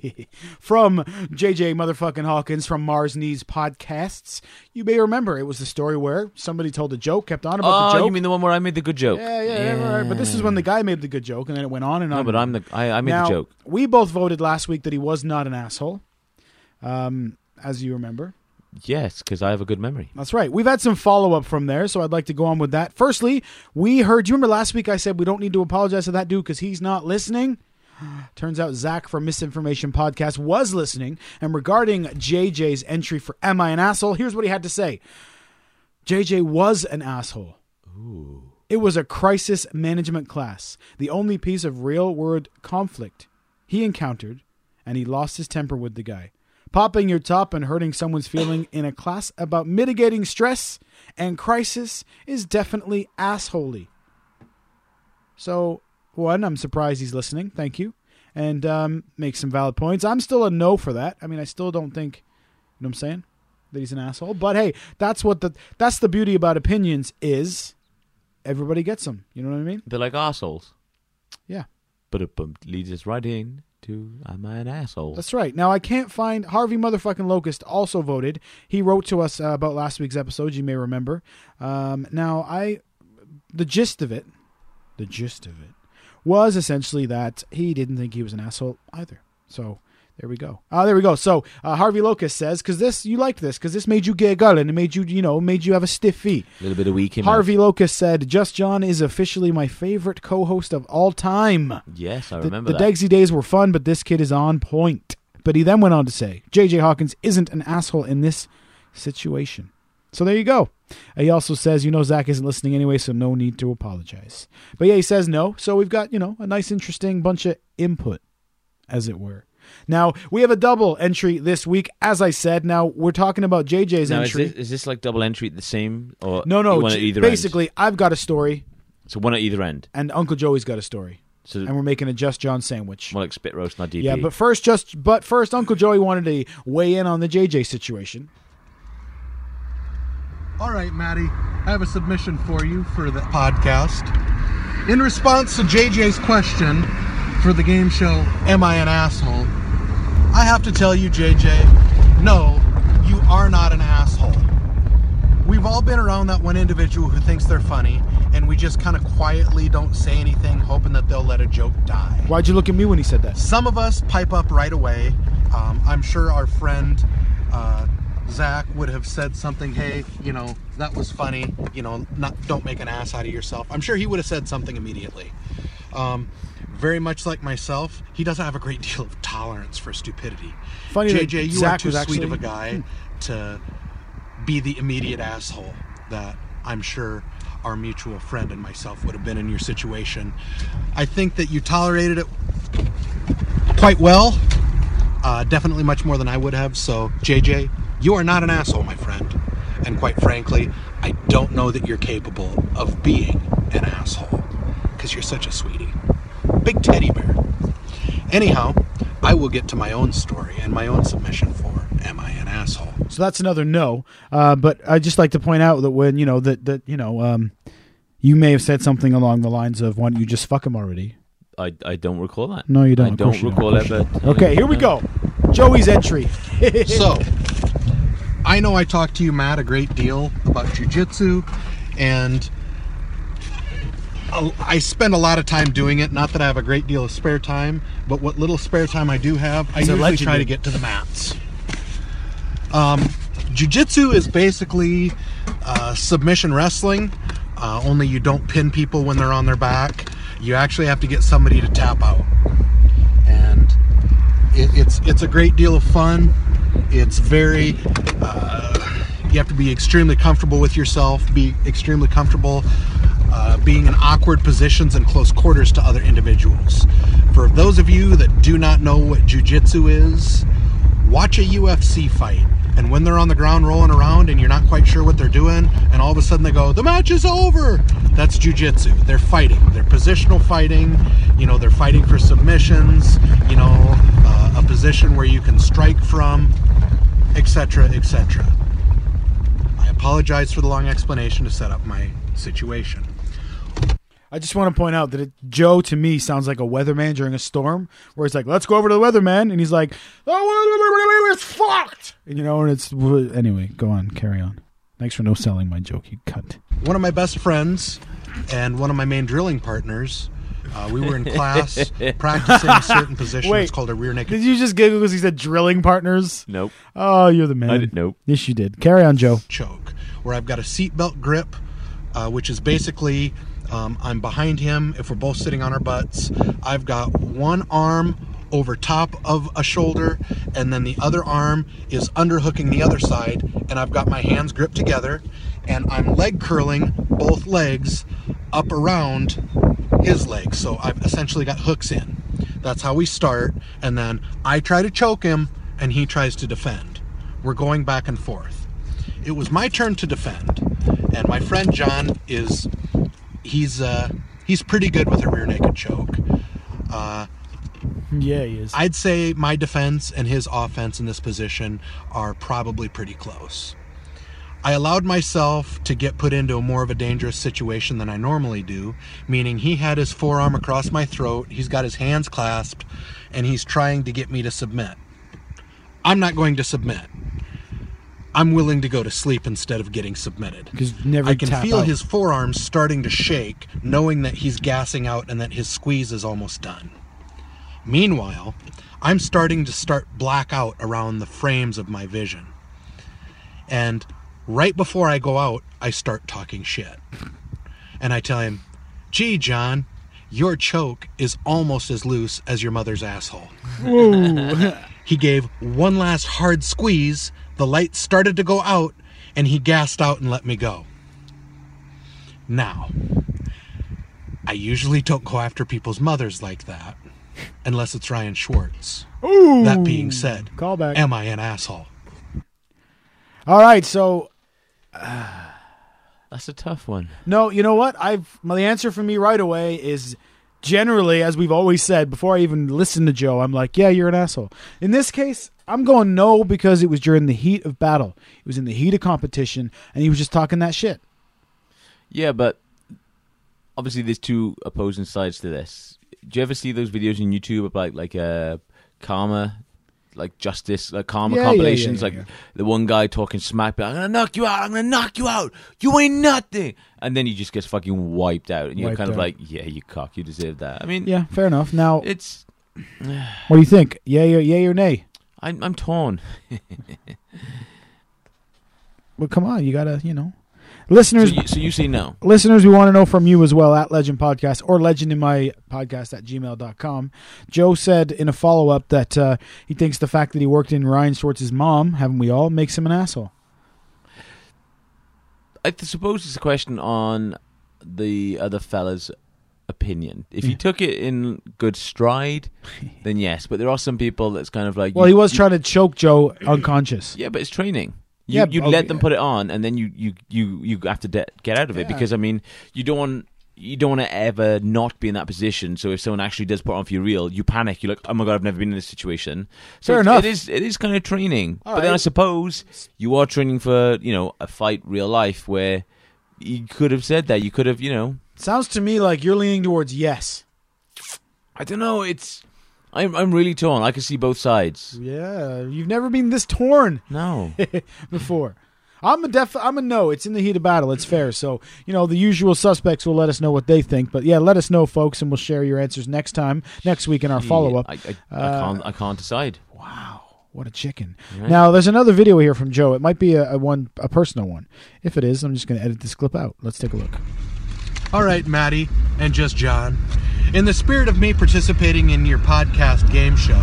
B: from JJ Motherfucking Hawkins from Mars Knees Podcasts. You may remember it was the story where somebody told a joke, kept on about the
E: Oh,
B: joke.
E: you mean the one where I made the good joke?
B: yeah, yeah, yeah. right, right. But this is when the guy made the good joke, and then it went on and
E: No,
B: on.
E: but I'm the I, I made
B: now,
E: the joke.
B: We both voted last week that he was not an asshole, um, as you remember.
E: Yes, because I have a good memory.
B: That's right. We've had some follow up from there, so I'd like to go on with that. Firstly, we heard. You remember last week I said we don't need to apologize to that dude because he's not listening. Turns out Zach from Misinformation Podcast was listening. And regarding JJ's entry for "Am I an asshole?" Here's what he had to say. JJ was an asshole. It was a crisis management class, the only piece of real world conflict he encountered, and he lost his temper with the guy. Popping your top and hurting someone's feeling in a class about mitigating stress and crisis is definitely assholey. So, one, I'm surprised he's listening. Thank you. And um, make some valid points. I'm still a no for that. I mean, I still don't think, you know what I'm saying? That he's an asshole. But hey, that's what the that's the beauty about opinions is everybody gets them. You know what I mean?
E: They're like assholes.
B: Yeah.
E: But it bump- leads us right in to am I an asshole?
B: That's right. Now I can't find Harvey motherfucking Locust also voted. He wrote to us uh, about last week's episode. You may remember. Um, now I, the gist of it, the gist of it was essentially that he didn't think he was an asshole either. So there we go. Ah, there we go. So uh, Harvey Locust says because this you liked this because this made you giggle and it made you you know made you have a stiff fee.
E: a little bit of weak in my-
B: Harvey Locust said, "Just John is officially my favorite co-host of all time."
E: Yes, I
B: The-
E: remember
B: the,
E: that.
B: Degsy days were fun, but this kid is on point. But he then went on to say, "J.J. Hawkins isn't an asshole in this situation." So there you go. Uh, He also says, "You know, Zach isn't listening anyway, so no need to apologize." But yeah, he says no. So we've got you know a nice, interesting bunch of input, as it were. Now we have a double entry this week, as I said. Now we're talking about JJ's
E: now, is
B: entry.
E: this, is this like double entry at the same or
B: no, no,
E: one at
B: j-
E: either
B: basically, I've got a story,
E: end? So one at either end.
B: and Uncle Joey's got a story,
E: So
B: and we're making a Just John sandwich.
E: more like spit roast, not DP.
B: Yeah, but first, just but first, Uncle Joey wanted to weigh in on the JJ situation.
H: All right, Maddie, I have a submission for you for the podcast. In response to JJ's question for the game show, Am I an Asshole? I have to tell you, JJ, no, you are not an asshole. We've all been around that one individual who thinks they're funny, and we just kind of quietly don't say anything, hoping that they'll let a joke die.
B: Why'd you look at me when he said that?
H: Some of us pipe up right away. Um, I'm sure our friend uh, Zach would have said something. Hey, you know that was funny. You know, not don't make an ass out of yourself. I'm sure he would have said something immediately. Um, very much like myself, he doesn't have a great deal of tolerance for stupidity.
B: Funny that
H: JJ, you
B: Zach
H: are too
B: was
H: sweet of
B: actually-
H: a guy to be the immediate asshole that I'm sure our mutual friend and myself would have been in your situation. I think that you tolerated it quite well. uh, definitely much more than I would have. So, JJ, you are not an asshole, my friend. And quite frankly, I don't know that you're capable of being an asshole because you're such a sweetie. Big teddy bear. Anyhow, I will get to my own story and my own submission for Am I an Asshole?
B: So that's another no. Uh, but I just like to point out that when you know that that you know um, you may have said something along the lines of "Why don't you just fuck him already?"
E: I, I don't recall that.
B: No, you don't.
E: I
B: Of
E: don't
B: course you don't.
E: recall
B: Of
E: that.
B: course
E: but-
B: Okay, here we go. Joey's entry.
H: so I know I talked to you, Matt, a great deal about jujitsu, and a- I spend a lot of time doing it. Not that I have a great deal of spare time, but what little spare time I do have, I
B: He's a
H: usually
B: legend,
H: try to
B: dude.
H: get to the mats. Um, jujitsu is basically uh, submission wrestling, uh, only you don't pin people when they're on their back. You actually have to get somebody to tap out, and it, it's it's a great deal of fun. It's very uh, you have to be extremely comfortable with yourself, be extremely comfortable uh, being in awkward positions and close quarters to other individuals. For those of you that do not know what jujitsu is, watch a UFC fight. And when they're on the ground rolling around and you're not quite sure what they're doing, and all of a sudden they go, the match is over. That's jujitsu. They're fighting. They're positional fighting. You know, they're fighting for submissions. You know, uh, a position where you can strike from, etc., etc. I apologize for the long explanation to set up my situation.
B: I just want to point out that it, Joe to me sounds like a weatherman during a storm, where he's like, "Let's go over to the weatherman," and he's like, "Oh, it's fucked," and you know, and it's anyway. Go on, carry on. Thanks for no selling my joke, you cunt.
H: one of my best friends and one of my main drilling partners. Uh, we were in class practicing a certain position.
B: Wait.
H: it's called a rear naked.
B: Did you just giggle because he said drilling partners?
E: Nope.
B: Oh, you're the man.
E: I didn't- nope.
B: Yes, you did. Carry on, Joe.
H: choke, where I've got a seatbelt grip, uh, which is basically um, I'm behind him. If we're both sitting on our butts, I've got one arm over top of a shoulder, and then the other arm is underhooking the other side, and I've got my hands gripped together, and I'm leg curling both legs up around his legs. So I've essentially got hooks in. That's how we start, and then I try to choke him, and he tries to defend. We're going back and forth it was my turn to defend and my friend john is he's uh he's pretty good with a rear naked choke uh
B: Yeah, he is.
H: i'd say my defense and his offense in this position are probably pretty close i allowed myself to get put into a more of a dangerous situation than i normally do meaning he had his forearm across my throat he's got his hands clasped and he's trying to get me to submit i'm not going to submit i'm willing to go to sleep instead of getting submitted
B: Because never
H: I can
B: tap
H: feel
B: out.
H: his forearms starting to shake, knowing that he's gassing out and that his squeeze is almost done. Meanwhile, I'm starting to start black out around the frames of my vision. And right before I go out, I start talking shit. And I tell him, gee, John, your choke is almost as loose as your mother's asshole. He gave one last hard squeeze, the light started to go out, and he gassed out and let me go. Now, I usually don't go after people's mothers like that, unless it's Ryan Schwartz.
B: Ooh.
H: That being said,
B: Callback.
H: am I an asshole?
B: All right, so
E: That's a tough one.
B: no, you know what? I've my the answer for me right away is generally, as we've always said, before I even listen to Joe, I'm like, yeah, you're an asshole. In this case, I'm going no because it was during the heat of battle. It was in the heat of competition, and he was just talking that shit.
E: Yeah, but obviously there's two opposing sides to this. Do you ever see those videos on YouTube about like uh, karma, like justice, like karma
B: Yeah, yeah, yeah,
E: compilations?
B: yeah,
E: like
B: yeah.
E: the one guy talking smack, but I'm gonna knock you out. I'm gonna knock you out. You ain't nothing. And then he just gets fucking wiped out, and you're
B: Wiped
E: kind of
B: out.
E: like, yeah, you cock, you deserve that. I mean,
B: Yeah, fair enough. Now,
E: it's
B: what do you think? Yeah, yeah, yeah, or nay?
E: I'm, I'm torn.
B: Well, come on, you gotta, you know,
E: So
B: listeners.
E: you, so you say no.
B: listeners we want to know from you as well at legend podcast or legend in my podcast at gmail.com joe said in a follow-up that uh, he thinks the fact that he worked in ryan schwartz's mom haven't we all makes him an asshole
E: I th- suppose it's a question on the other fellas opinion. If you took it in good stride, then yes. But there are some people that's kind of like
B: Well,
E: you-
B: he was
E: you-
B: trying to choke Joe unconscious.
E: Yeah, but it's training. You,
B: Yeah,
E: you
B: okay,
E: let them
B: yeah.
E: put it on, and then you you you you have to de- get out of it because I mean you don't want you don't want to ever not be in that position. So if someone actually does put on for you real, you panic. You're like, oh my god, I've never been in this situation. So
B: Fair
E: it's-
B: enough.
E: It is it is kind of training, but then
B: right.
E: I suppose you are training for you know a fight real life where you could have said that. You could have you know
B: Sounds to me like you're leaning towards yes.
E: I don't know. It's I'm I'm really torn. I can see both sides.
B: Yeah, you've never been this torn
E: No,
B: before. I'm a def. I'm a no. It's in the heat of battle. It's fair. So you know the usual suspects will let us know what they think. But yeah, let us know, folks, and we'll share your answers next time, next week in our follow up. Uh,
E: I, I, I can't I can't decide.
B: What a chicken! Now there's another video here from Joe. It might be a, a one, a personal one. If it is, I'm just going to edit this clip out. Let's take a look.
H: All right, Maddie, and just John. In the spirit of me participating in your podcast game shows,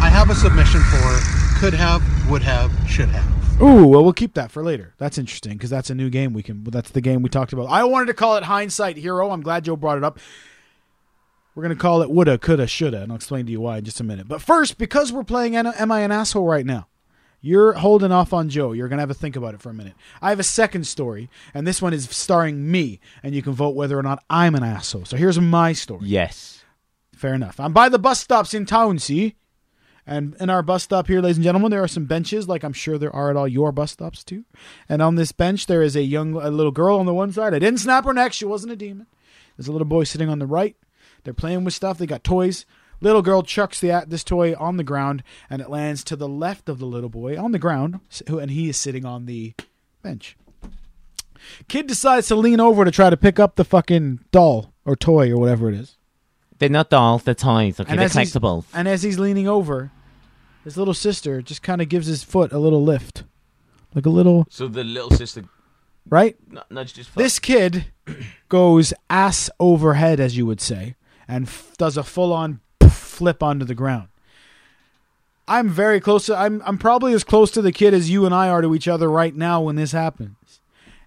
H: I have a submission for could have, would have, should have.
B: Ooh, well, we'll keep that for later. That's interesting because that's a new game we can. That's the game we talked about. I wanted to call it Hindsight Hero. I'm glad Joe brought it up. We're gonna call it Woulda, Coulda, Shoulda, and I'll explain to you why in just a minute. But first, because we're playing An- Am I an Asshole right now? You're holding off on Joe. You're gonna have to think about it for a minute. I have a second story, and this one is starring me, and you can vote whether or not I'm an asshole. So here's my story.
E: Yes.
B: Fair enough. I'm by the bus stops in town, see? And in our bus stop here, ladies and gentlemen, there are some benches, like I'm sure there are at all your bus stops too. And on this bench, there is a young a little girl on the one side. I didn't snap her neck. She wasn't a demon. There's a little boy sitting on the right. They're playing with stuff. They got toys. Little girl chucks the this toy on the ground, and it lands to the left of the little boy on the ground, s- who- and he is sitting on the bench. Kid decides to lean over to try to pick up the fucking doll or toy or whatever it is.
E: They're not dolls, they're toys, okay?
B: as he's- and as he's leaning over, his little sister just kind of gives his foot a little lift, like a little
E: So the little sister
B: right.
E: n- nudged his foot.
B: This kid goes ass over head, as you would say, and f- does a full-on flip onto the ground. I'm very close. To, I'm I'm probably as close to the kid as you and I are to each other right now when this happens,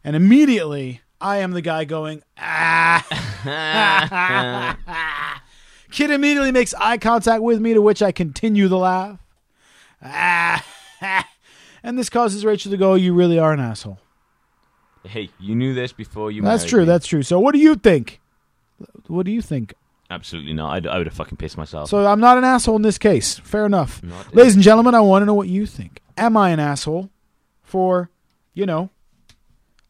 B: and immediately I am the guy going ah. Kid immediately makes eye contact with me, to which I continue the laugh. Ah, and this causes Rachel to go, "You really are an asshole."
E: Hey, you knew this before you
B: That's
E: married
B: true.
E: me.
B: That's true. So, what do you think? What do you think?
E: Absolutely not. I'd, I would have fucking pissed myself.
B: So, I'm not an asshole in this case. Fair enough.
E: Not-
B: Ladies and gentlemen, I want to know what you think. Am I an asshole for, you know,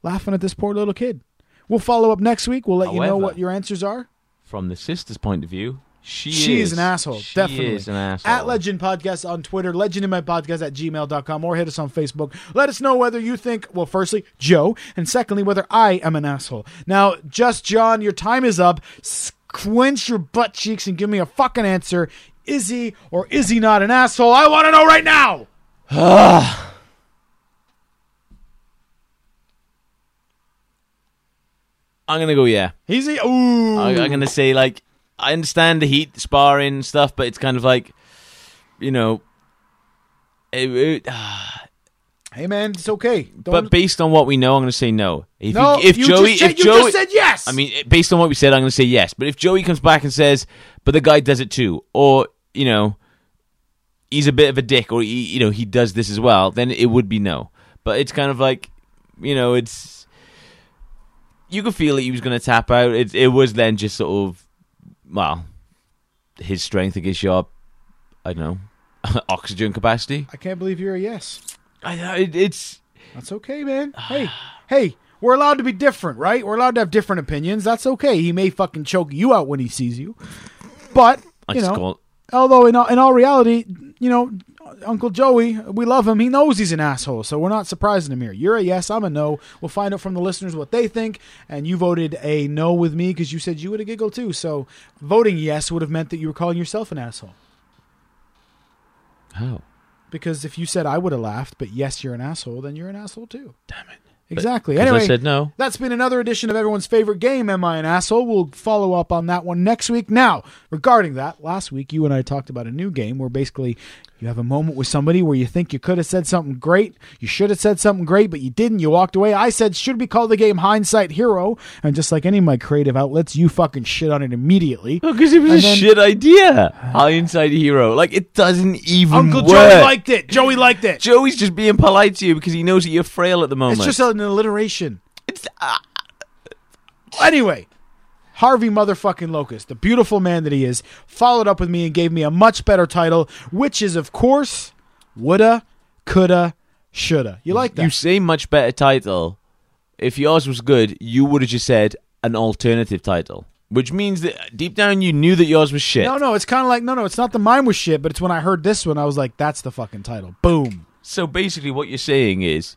B: laughing at this poor little kid? We'll follow up next week. We'll let you know
E: However-
B: what your answers are.
E: From the sister's point of view, she,
B: she
E: is,
B: is, an asshole.
E: She
B: definitely.
E: is an asshole.
B: At Legend Podcast on Twitter, legend in my podcast at gmail.com, or hit us on Facebook. Let us know whether you think, well, firstly, Joe, and secondly, whether I am an asshole. Now, just John, your time is up. Squinch your butt cheeks and give me a fucking answer. Is he or is he not an asshole? I want to know right now.
E: I'm gonna go. Yeah,
B: He's a. Ooh.
E: I, I'm gonna say like I understand the heat, the sparring and stuff, but it's kind of like, you know, it, it,
B: hey, man, it's okay. Don't,
E: but based on what we know, I'm gonna say no. If,
B: no,
E: he, if
B: you
E: Joey,
B: just said,
E: if
B: you
E: Joey,
B: just said yes.
E: I mean, it- based on what we said, I'm going to say yes. But if Joey comes back and says, "But the guy does it too," or you know, he's a bit of a dick, or he, you know, he does this as well, then it would be no. But it's kind of like, you know, it's you could feel that he was going to tap out. It, it was then just sort of, well, his strength against your, I don't know, oxygen capacity.
B: I can't believe you're a yes.
E: I, it, it's
B: That's okay, man. Hey, hey, we're allowed to be different, right? We're allowed to have different opinions. That's okay. He may fucking choke you out when he sees you, but
E: I
B: you
E: just
B: know,
E: call-
B: although in all, in all reality, you know, Uncle Joey, we love him. He knows he's an asshole, so we're not surprising him here. You're a yes, I'm a no. We'll find out from the listeners what they think, and you voted a no with me because you said you would have giggled too. So voting yes would have meant that you were calling yourself an asshole.
E: how.
B: Because if you said I would have laughed, but yes, you're an asshole, then you're an asshole too. Damn it. Exactly.
E: 'cause I
B: Anyway,
E: said no.
B: That's been another edition of everyone's favorite game, Am I an Asshole? We'll follow up on that one next week. Now, regarding that, last week you and I talked about a new game where basically You have a moment with somebody where you think you could have said something great, you should have said something great, but you didn't. You walked away. I said, should we call the game Hindsight Hero? And just like any of my creative outlets, you fucking shit on it immediately.
E: Because Oh, it was
B: And
E: a
B: then-
E: shit idea. High inside hero. Like it doesn't even
B: Uncle
E: work.
B: Joey liked it. Joey liked it.
E: Joey's just being polite to you because he knows that you're frail at the moment.
B: It's just an alliteration. anyway, Harvey motherfucking Locust, the beautiful man that he is, followed up with me and gave me a much better title, which is, of course, Woulda, Coulda, Shoulda. You like that?
E: you say much better title. If yours was good, you would have just said an alternative title, which means that deep down you knew that yours was shit.
B: no, no, it's kind of like, no, no, it's not the mine was shit, but it's when I heard this one, I was like, that's the fucking title. Boom.
E: So basically, what you're saying is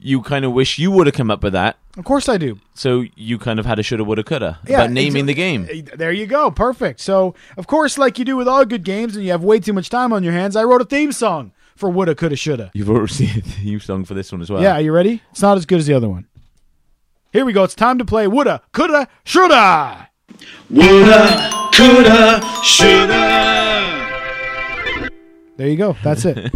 E: you kind of wish you would have come up with that.
B: Of course I do.
E: So you kind of had a shoulda, woulda, coulda
B: Yeah,
E: about naming
B: exa-
E: the game.
B: There you go. Perfect. So, of course, like you do with all good games and you have way too much time on your hands, I wrote a theme song for Woulda, Coulda, Shoulda.
E: You've already seen a theme song for this one as well.
B: Yeah, are you ready? It's not as good as the other one. Here we go. It's time to play woulda, coulda, shoulda. There you go. That's it.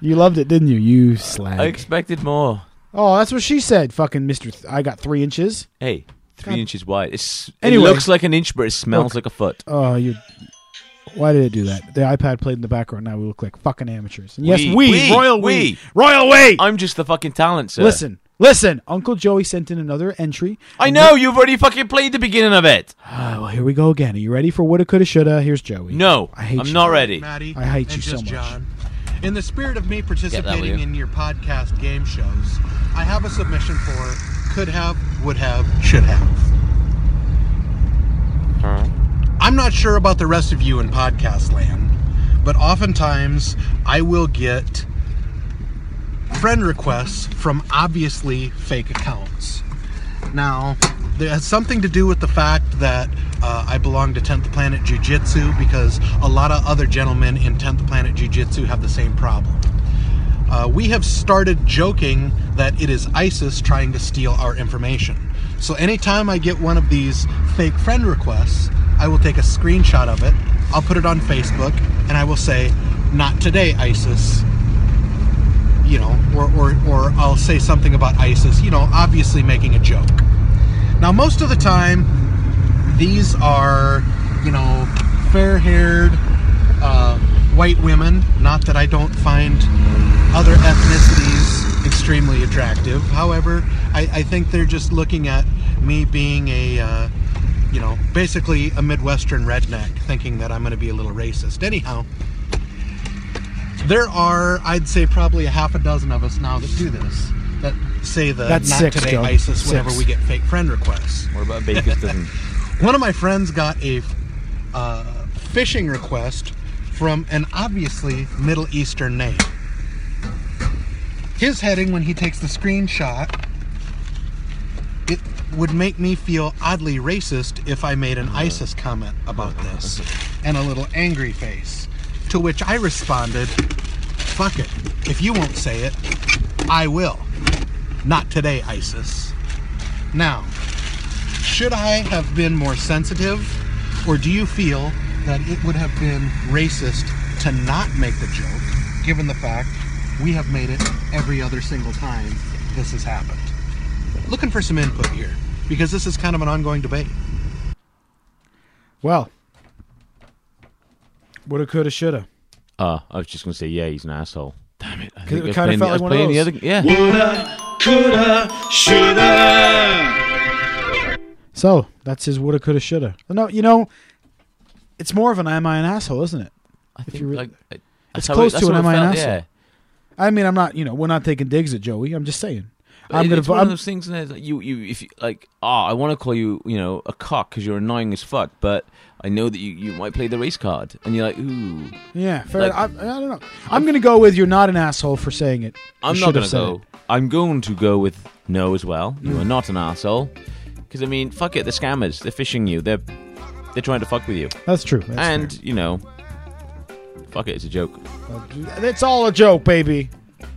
B: you loved it, didn't you? You slag.
E: I expected more.
B: oh, that's what she said. Fucking Mister, Th- I got three inches.
E: Hey, three inches wide. It's,
B: Anyway.
E: It looks like an inch, but it smells like a foot.
B: Oh, you. Why did it do that? The iPad played in the background. Now we look like fucking amateurs. And yes, we,
E: We, we,
B: royal we,
E: we. Uh,
B: royal we.
E: I'm just the fucking talent, sir.
B: Listen, listen. Uncle Joey sent in another entry.
E: I know you've already fucking played the beginning of it.
B: Ah, well, here we go again. Are you ready for woulda, coulda, shoulda? Here's Joey.
E: No,
B: I hate
E: I'm
B: you.
E: not ready.
H: Maddie.
B: I hate
H: and
B: you so
H: just
B: much.
H: John. In the spirit of me
E: will you?
H: participating in your podcast game shows, I have a submission for could have, would have, should have. I'm not sure about the rest of you in podcast land, but oftentimes I will get friend requests from obviously fake accounts. Now, it has something to do with the fact that uh, I belong to 10th Planet Jiu Jitsu because a lot of other gentlemen in 10th Planet Jiu Jitsu have the same problem. Uh, we have started joking that it is ISIS trying to steal our information. So, anytime I get one of these fake friend requests, I will take a screenshot of it, I'll put it on Facebook, and I will say, Not today, ISIS you know, or, or, or I'll say something about ISIS, you know, obviously making a joke. Now, most of the time, these are, you know, fair haired uh, white women. Not that I don't find other ethnicities extremely attractive. However, I, I think they're just looking at me being a, uh, you know, basically a Midwestern redneck, thinking that I'm going to be a little racist. Anyhow, there are, I'd say, probably a half a dozen of us now that do this. That say the
B: That's
H: not
B: six,
H: today
B: Joe.
H: ISIS whenever
B: Six.
H: we get fake friend requests.
E: What about Baker's dozen?
H: One of my friends got a uh, fishing request from an obviously Middle Eastern name. His heading, when he takes the screenshot, it would make me feel oddly racist if I made an ISIS comment about this and a little angry face. To which I responded, fuck it. If you won't say it, I will. Not today, ISIS. Now, should I have been more sensitive, or do you feel that it would have been racist to not make the joke, given the fact we have made it every other single time this has happened? Looking for some input here, because this is kind of an ongoing debate.
B: Well, woulda, coulda, shoulda.
E: Oh, I was just going to say, yeah, he's an asshole. Damn it. I think
B: it
E: I was
B: kinda felt
E: playing the- I was
B: like one of
E: playing
B: those.
E: The other, yeah.
B: So that's his woulda, coulda, shoulda. No, you know, it's more of an am I an asshole, isn't it?
E: I think,
B: you really-
E: like, I- that's how
B: close
E: that's
B: to an
E: how it
B: am I an
E: felt,
B: asshole?
E: Yeah.
B: I mean, I'm not. You know, we're not taking digs at Joey. I'm just saying. I'm
E: It-
B: gonna.
E: it's one
B: I'm-
E: of those things, isn't it? Like you, you, if you, like, ah, I want to call you, you know, a cock because you're annoying as fuck, but I know that you, you might play the race card, and you're like, ooh,
B: yeah, fair.
E: like-
B: I, I don't know. I'm gonna go with you're not an asshole for saying it. You
E: I'm
B: should
E: not
B: have
E: gonna
B: said
E: go.
B: it. Mm.
E: I'm going to go with no as well. You are not an asshole, because I mean, fuck it, they're scammers. They're fishing you. They're they're trying to fuck with you,
B: That's true. That's
E: and you know, fuck it, it's a joke.
B: fair. it's all a joke, baby.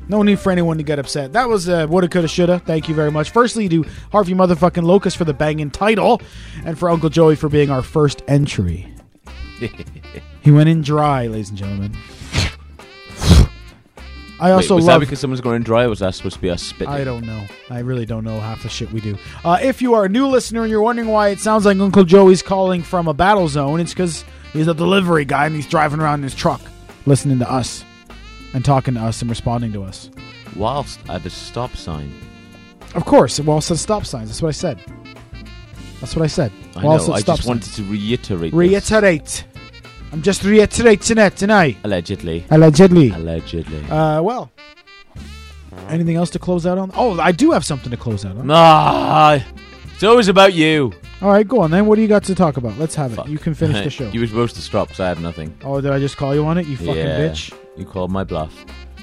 B: No need for anyone to get upset. That was uh, woulda, coulda, shoulda. Thank you very much. Firstly, to Harvey motherfucking Locust for the banging title, and for Uncle Joey for being our first entry. He went in dry, ladies and gentlemen. I also
E: Wait, was that
B: love.
E: because someone's growing dry, or was that supposed to be us spitting?
B: I don't know. I really don't know half the shit we do. Uh, if you are a new listener and you're wondering why it sounds like Uncle Joey's calling from a battle zone, it's because he's a delivery guy and he's driving around in his truck listening to us and talking to us and responding to us.
E: Whilst at the stop sign.
B: Of course, it also says stop signs. That's what I said. That's what I said.
E: I
B: Well, it said
E: know. I
B: stop
E: just wanted to reiterate. this.
B: Reiterate. I'm just reiterating it tonight.
E: Allegedly.
B: Allegedly.
E: Allegedly.
B: Uh, well, anything else to close out on? Oh, I do have something to close out on.
E: Nah, Ah, it's always about you.
B: All right, go on then. What do you got to talk about? Let's have it. You can finish the show.
E: you were supposed to stop, because I have nothing.
B: oh, did I just call you on it? You fucking
E: yeah,
B: bitch.
E: You called my bluff.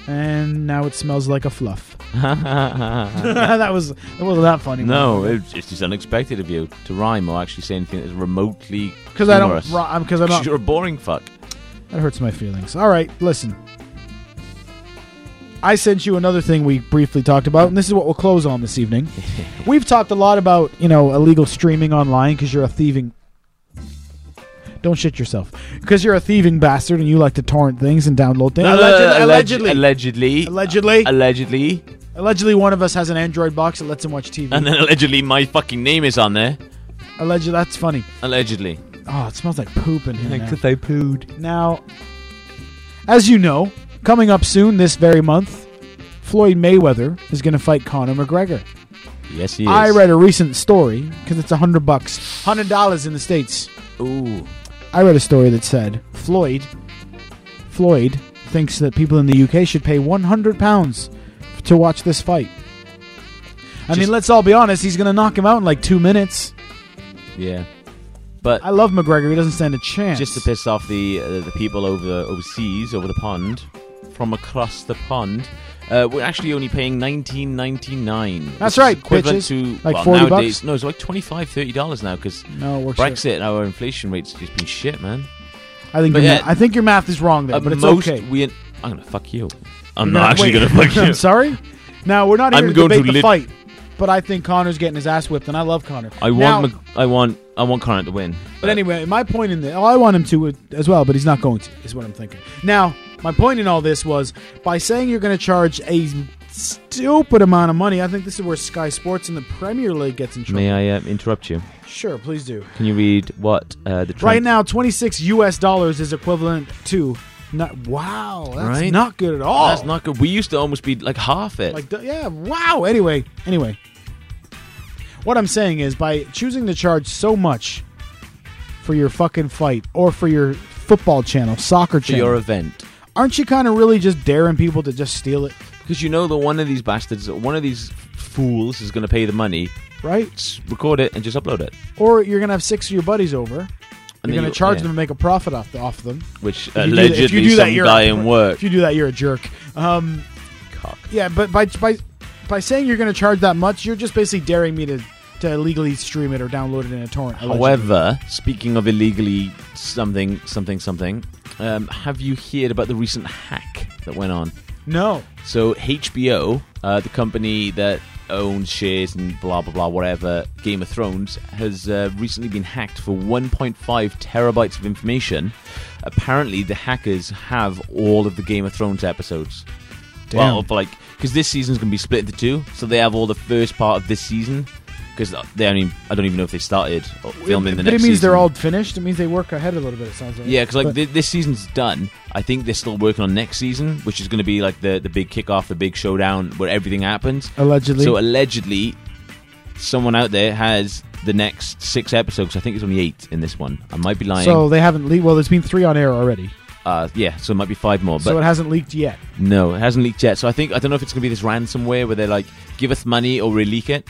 B: And now it smells like a fluff. that was it wasn't that funny.
E: no, it, it's just unexpected of you to rhyme or actually say anything that's remotely
B: because I don't.
E: humorous.
B: Because I'm
E: 'Cause
B: not.
E: you're a boring fuck.
B: That hurts my feelings. All right, listen. I sent you another thing we briefly talked about, and this is what we'll close on this evening. We've talked a lot about, you know, illegal streaming online because you're a thieving. Don't shit yourself. Because you're a thieving bastard and you like to torrent things and download things.
E: No, no, no,
B: Alleged-
E: alleg-
B: allegedly.
E: Uh, allegedly,
B: Allegedly.
E: allegedly,
B: allegedly, one of us has an Android box that lets him watch TV.
E: and then allegedly, my fucking name is on there.
B: Allegedly, that's funny.
E: Allegedly,
B: Oh, it smells like poop in here. Now.
E: they pooed.
B: Now, as you know, coming up soon this very month, Floyd Mayweather is going to fight Conor McGregor.
E: Yes, he is.
B: I read a recent story because it's a hundred bucks, hundred dollars in the states.
E: Ooh,
B: I read a story that said Floyd, Floyd thinks that people in the UK should pay one hundred pounds to watch this fight. I mean,
E: Just-
B: let's all be honest. He's going to knock him out in like two minutes.
E: yeah, but
B: I love McGregor. He doesn't stand a chance.
E: just to piss off the uh, the people over overseas, over the pond, from across the pond. Uh, we're actually only paying nineteen ninety nine.
B: That's right,
E: equivalent
B: bitches.
E: to
B: Like
E: well,
B: 40
E: nowadays,
B: bucks?
E: No, it's like 25 30 dollars now because
B: No, it works out.
E: Brexit and our inflation rates just been shit, man.
B: I think
E: but
B: your
E: yeah.
B: ma- I think your math is wrong there,
E: At
B: but it's
E: most,
B: okay.
E: we. I'm gonna fuck you. I'm
B: No,
E: not actually
B: wait.
E: gonna fuck you.
B: I'm sorry. Now we're not here
E: I'm
B: to
E: going
B: debate
E: to
B: the
E: lit-
B: fight, but I think Connor's getting his ass whipped, and I love Connor.
E: I
B: Now-
E: want. Mc- I want. I want Connor to win.
B: But anyway, my point in the oh, I want him to uh, as well, but he's not going to. Is what I'm thinking. Now, my point in all this was by saying you're going to charge a stupid amount of money. I think this is where Sky Sports and the Premier League gets in trouble.
E: May I uh, interrupt you?
B: Sure, please do.
E: Can you read what uh, the
B: Right
E: trend-
B: now, 26 U.S. dollars is equivalent to. Not, wow, that's
E: Right?
B: not good at all.
E: That's not good. We used to almost be like half it.
B: Like, th- yeah, wow. Anyway, anyway. What I'm saying is by choosing to charge so much for your fucking fight or for your football channel, soccer
E: for
B: channel,
E: your event.
B: aren't you kind of really just daring people to just steal it,
E: Because you know that one of these bastards, one of these fools is going to pay the money,
B: right?
E: s- record it, and just upload it.
B: Or you're going to have six of your buddies over.
E: And
B: you're going
E: then
B: to
E: you-
B: charge
E: yeah.
B: them and make a profit off, off them.
E: Which
B: If you do that-
E: allegedly
B: if you do that,
E: some
B: you're a
E: guy
B: prick.
E: in work.
B: If you do that, you're a jerk. Um,
E: Cock.
B: yeah, but by by by saying you're going to charge that much, you're just basically daring me to to illegally stream it or download it in a torrent. allegedly.
E: However, speaking of illegally something, something, something, um, have you heard about the recent hack that went on?
B: no.
E: So HBO, uh, the company that owns shares and blah blah blah whatever Game of Thrones, has uh, recently been hacked for 1.5 terabytes of information. Apparently, the hackers have all of the Game of Thrones episodes.
B: Damn.
E: Well, for like because this season's going to be split into two, so they have all the first part of this season. Because they only, I don't even know if they started filming the
B: but
E: next.
B: it means
E: season.
B: they're all finished. It means they work ahead a little bit. It sounds like
E: Yeah, because like
B: But-
E: thi- this season's done. I think they're still working on next season, which is going to be like the the big kickoff, the big showdown where everything happens.
B: Allegedly.
E: So uh, allegedly, someone out there has the next six episodes. I think it's only eight in this one. I might be lying.
B: so they haven't leaked. Well, there's been three on air already,
E: uh, yeah, so it might be five more. But
B: so it hasn't leaked yet.
E: no, it hasn't leaked yet. So I think I don't know if it's going to be this ransomware where they're like, give us money or we leak it.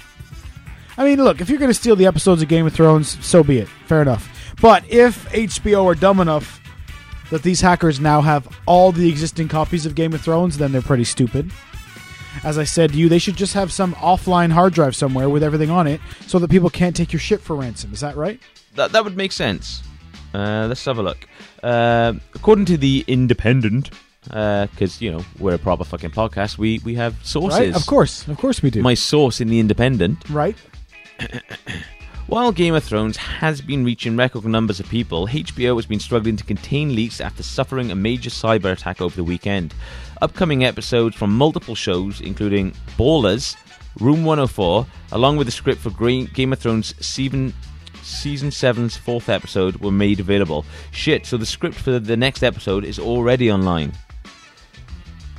B: I mean, look, if you're going to steal the episodes of Game of Thrones, so be it. Fair enough. But if HBO are dumb enough that these hackers now have all the existing copies of Game of Thrones, then they're pretty stupid. As I said to you, they should just have some offline hard drive somewhere with everything on it so that people can't take your shit for ransom. Is that right?
E: That that would make sense. Uh, let's have a look. Uh, according to the Independent. Because you know we're a proper fucking podcast, we we have sources.
B: Right? Of course. Of course we do.
E: my source in the Independent,
B: right?
E: While Game of Thrones has been reaching record numbers of people, HBO has been struggling to contain leaks after suffering a major cyber attack over the weekend. Upcoming episodes from multiple shows, including Ballers, Room 104, along with the script for Green- Game of Thrones season season 7's fourth episode, were made available. Shit, so the script for the next episode is already online.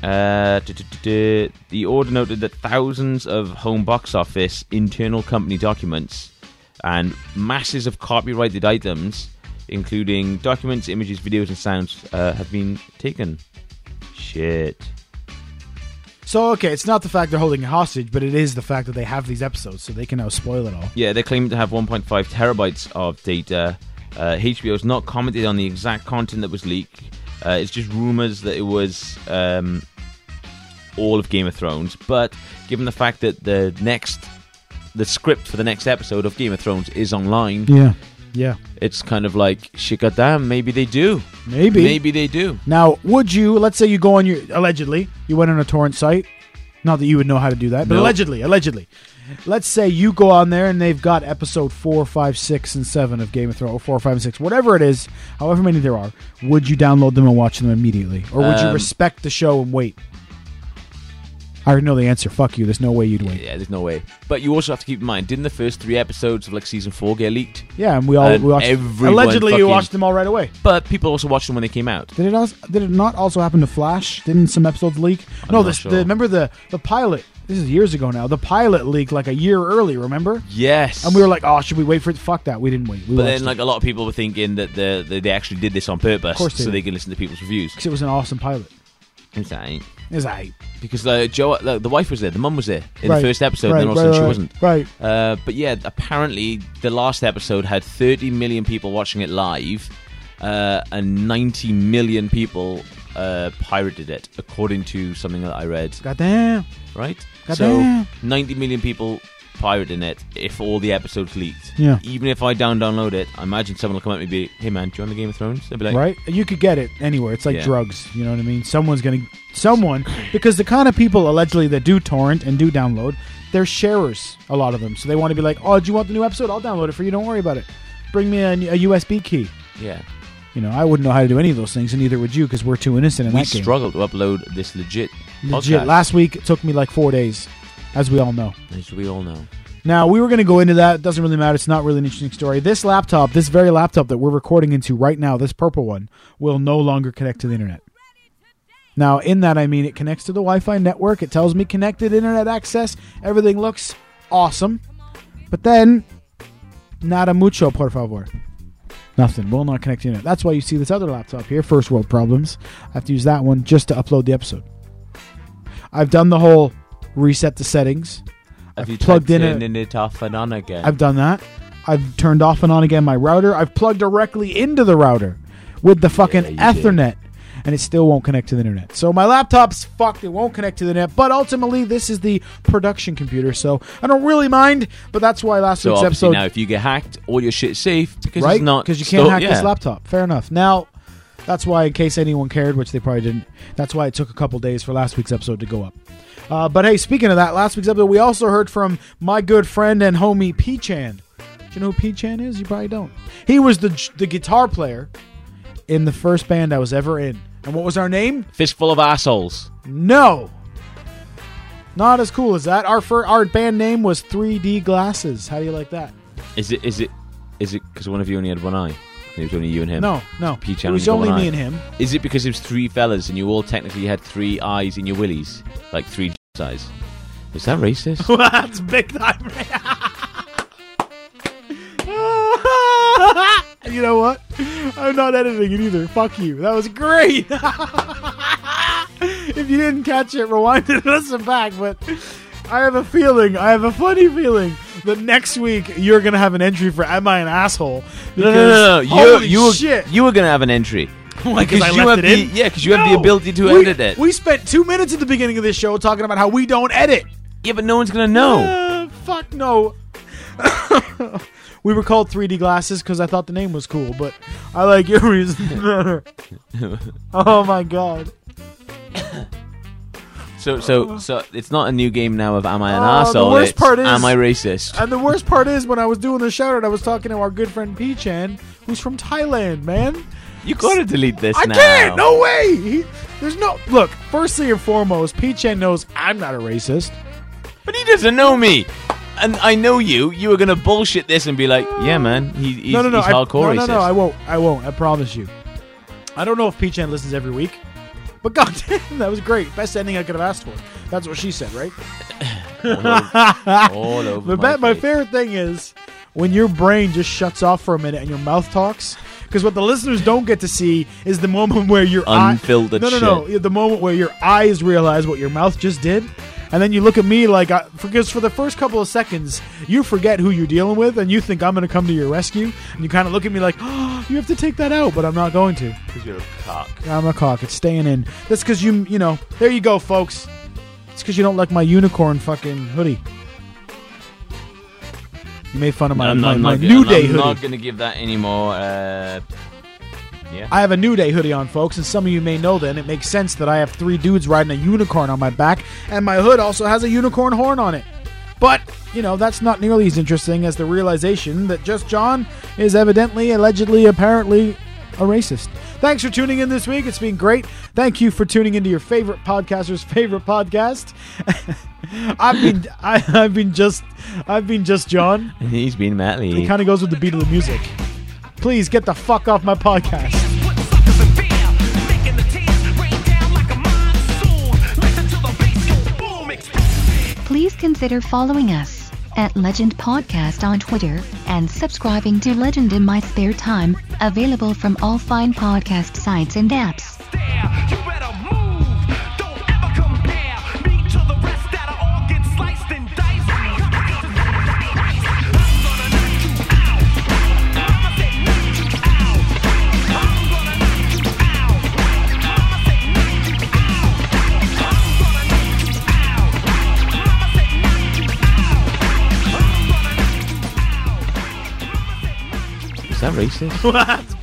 E: Uh, duh, duh, duh, duh. the order noted that thousands of home box office internal company documents and masses of copyrighted items, including documents, images, videos, and sounds, uh, have been taken. Shit.
B: So okay, it's not the fact they're holding a hostage, but it is the fact that they have these episodes, so they can now spoil it all.
E: Yeah, they're claiming to have 1.5 terabytes of data. Uh, HBO's not commented on the exact content that was leaked. Uh, it's just rumors that it was um, all of Game of Thrones. But given the fact that the next, the script for the next episode of Game of Thrones is online,
B: Yeah, yeah,
E: it's kind of like shit. Goddamn, maybe they do.
B: maybe.
E: Maybe they do.
B: Now, would you? Let's say you go on your allegedly, you went on a torrent site. Not that you would know how to do that, but
E: No.
B: allegedly, allegedly. Let's say you go on there and they've got episode four, five, six, and seven of Game of Thrones, or four, five, and six, whatever it is, however many there are. Would you download them and watch them immediately, or would you
E: Um,
B: respect the show and wait? I already know the answer. Fuck you. There's no way you'd wait. Yeah,
E: Yeah, there's no way. But you also have to keep in mind, didn't the first three episodes of like season four get leaked?
B: and we all
E: And
B: we watched.
E: everyone
B: Allegedly, you
E: fucking-
B: watched them all right away.
E: But people also watched them when they came out.
B: Did it also, did it not also happen to Flash? Didn't some episodes leak? no,
E: not
B: this
E: sure.
B: the, remember the the pilot. This is years ago now. The pilot leaked like a year early. Remember?
E: Yes.
B: And we were like, oh, should we wait for it? Fuck that. We didn't wait. We
E: But
B: watched
E: then, like
B: it.
E: a lot of people were thinking that the, that they actually did this on purpose,
B: course they
E: so
B: did.
E: they can listen to people's reviews.
B: 'Cause it was an awesome pilot.
E: It's like-
B: Is I
E: Because uh, Joe, like, the wife was there, the mum was there in
B: Right.
E: the first episode,
B: Right,
E: and then all of a
B: right,
E: sudden
B: right,
E: she wasn't.
B: right.
E: Uh, but yeah, apparently the last episode had 30 million people watching it live, uh, and 90 million people uh, pirated it, according to something that I read.
B: Goddamn.
E: right?
B: Goddamn.
E: So 90 million people pirating it if all the episodes leaked.
B: Yeah.
E: Even if I down download it, I imagine someone will come up and be, "Hey man, do you want the Game of Thrones?" They'll be like,
B: Right? You could get it anywhere. It's like
E: Yeah.
B: drugs. You know what I mean? Someone's gonna someone because the kind of people allegedly that do torrent and do download, they're sharers. A lot of them, so they want to be like, oh, do you want the new episode? I'll download it for you. Don't worry about it. Bring me a, a USB key.
E: "Yeah."
B: You know, I wouldn't know how to do any of those things, and neither would you, because we're too innocent in
E: We
B: that game.
E: struggle to upload this legit.
B: Legit.
E: podcast,
B: Last week it took me like four days, as we all know.
E: as we all know.
B: Now we were going to go into that. It doesn't really matter. It's not really an interesting story. This laptop, this very laptop that we're recording into right now, this purple one, will no longer connect to the internet. Now, in that I mean it connects to the Wi-Fi network. It tells me connected internet access. Everything looks awesome, but then nada mucho, por favor. Nothing. Will not connect to the internet. That's why you see this other laptop here. First world problems. I have to use that one just to upload the episode. I've done the whole reset the settings.
E: Have
B: I've
E: you
B: plugged
E: typed
B: in a-
E: and it off and on again?
B: I've done that. I've turned off and on again my router. I've plugged directly into the router with the fucking
E: you did.
B: Ethernet, and it still won't connect to the internet. So my laptop's fucked. It won't connect to the net. But ultimately, this is the production computer, so I don't really mind. But that's why last
E: so
B: week's
E: obviously
B: episode,
E: now, if you get hacked, all your shit's safe because
B: right?
E: it's not
B: Because you can't
E: so-
B: hack
E: yeah.
B: this laptop. Fair enough. Now. That's why, in case anyone cared, which they probably didn't, that's why it took a couple days for last week's episode to go up. Uh, but hey, speaking of that, last week's episode, we also heard from my good friend and homie P Chan. Do you know who P Chan is? You probably don't. He was the the guitar player in the first band I was ever in. And what was our name?
E: Fistful of assholes.
B: No. Not as cool as that. Our fir- our band name was 3D Glasses. How do you like that?
E: Is it? Is it? Is it? Because one of you only had one eye. It was only you and him.
B: No, no.
E: P
B: it
E: Chan
B: was
E: got
B: only
E: one
B: me
E: eye.
B: and him.
E: Is it because it was three fellas and you all technically had three eyes in your willies? Like three eyes? Is that racist?
B: That's big time. you know what? I'm not editing it either. Fuck you. That was great. if you didn't catch it, rewind it and listen back. But I have a feeling, I have a funny feeling that next week you're going to have an entry for Am I an Asshole?
E: No, no, no, no.
B: Because-
E: You,
B: holy
E: you,
B: shit.
E: Were, you were going to have an entry.
B: Why, 'cause I
E: you
B: left
E: have
B: it
E: the,
B: in?
E: Yeah, because you have the
B: No.
E: ability to
B: We-
E: edit it.
B: We spent two minutes at the beginning of this show talking about how we don't edit.
E: yeah, but no one's going to know.
B: Uh, fuck no. we were called 3D glasses because I thought the name was cool, but I like your reason better. oh my god.
E: So, so, so it's not a new game now of am I
B: Uh,
E: an
B: the
E: asshole?
B: worst
E: it's,
B: part is-
E: am I racist?
B: And the worst part is when I was doing the shout out, I was talking to our good friend P-Chan, who's from Thailand, man.
E: you gotta delete this
B: I
E: now.
B: can't. No way. He, there's no look. Firstly and foremost, P-Chan knows I'm not a racist.
E: but he doesn't know me, and I know you. You were gonna bullshit this and be like, yeah, man, he, he's,
B: no, no, no.
E: he's
B: I, no,
E: hardcore
B: no,
E: racist.
B: no. I won't. I won't. I promise you. I don't know if P-Chan listens every week, but goddamn, that was great. Best ending I could have asked for. That's what she said, right?
E: All
B: But
E: over my,
B: Matt, my
E: face.
B: favorite thing is when your brain just shuts off for a minute and your mouth talks. Because what the listeners don't get to see is the moment where your eye-
E: Unfiltered
B: no, no, no, the moment where your eyes realize what your mouth just did, and then you look at me like I, because for the first couple of seconds you forget who you're dealing with and you think I'm going to come to your rescue, and you kind of look at me like oh, you have to take that out, but I'm not going to.
E: You're a cock.
B: I'm a cock. It's staying in. That's because you, you know. There you go, folks. It's because you don't like my unicorn fucking hoodie. You made fun of my,
E: I'm
B: my,
E: not,
B: my
E: I'm not,
B: new
E: I'm
B: day
E: not
B: hoodie.
E: gonna give that anymore. Uh,
B: I have a new day hoodie on, folks, and some of you may know that. And it makes sense that I have three dudes riding a unicorn on my back, and my hood also has a unicorn horn on it. But you know that's not nearly as interesting as the realization that just John is evidently, allegedly, apparently a racist. Thanks for tuning in this week. It's been great. Thank you for tuning into your favorite podcaster's favorite podcast. I've been I, I've been just I've been just John.
E: he's been Matt
B: It
E: Lee.
B: kind of goes with the beat of the music. Please get the fuck off my podcast.
G: Put suckers in fear, making the tears rain down like a monsoon. Listen to the bass go boom, explode.
I: Please consider following us at Legend Podcast on Twitter and subscribing to Legend in My Spare Time, available from all fine podcast sites and apps.
G: there. You better move. Don't ever compare me to the rest that are all get sliced and diced. I'm gonna knock you out. Mama said knock you out. I'm gonna knock you out. Mama said knock you out. I'm gonna knock you out. Mama said knock you out. I'm gonna knock you out. Mama said knock you out.
E: Is that racist?
B: What?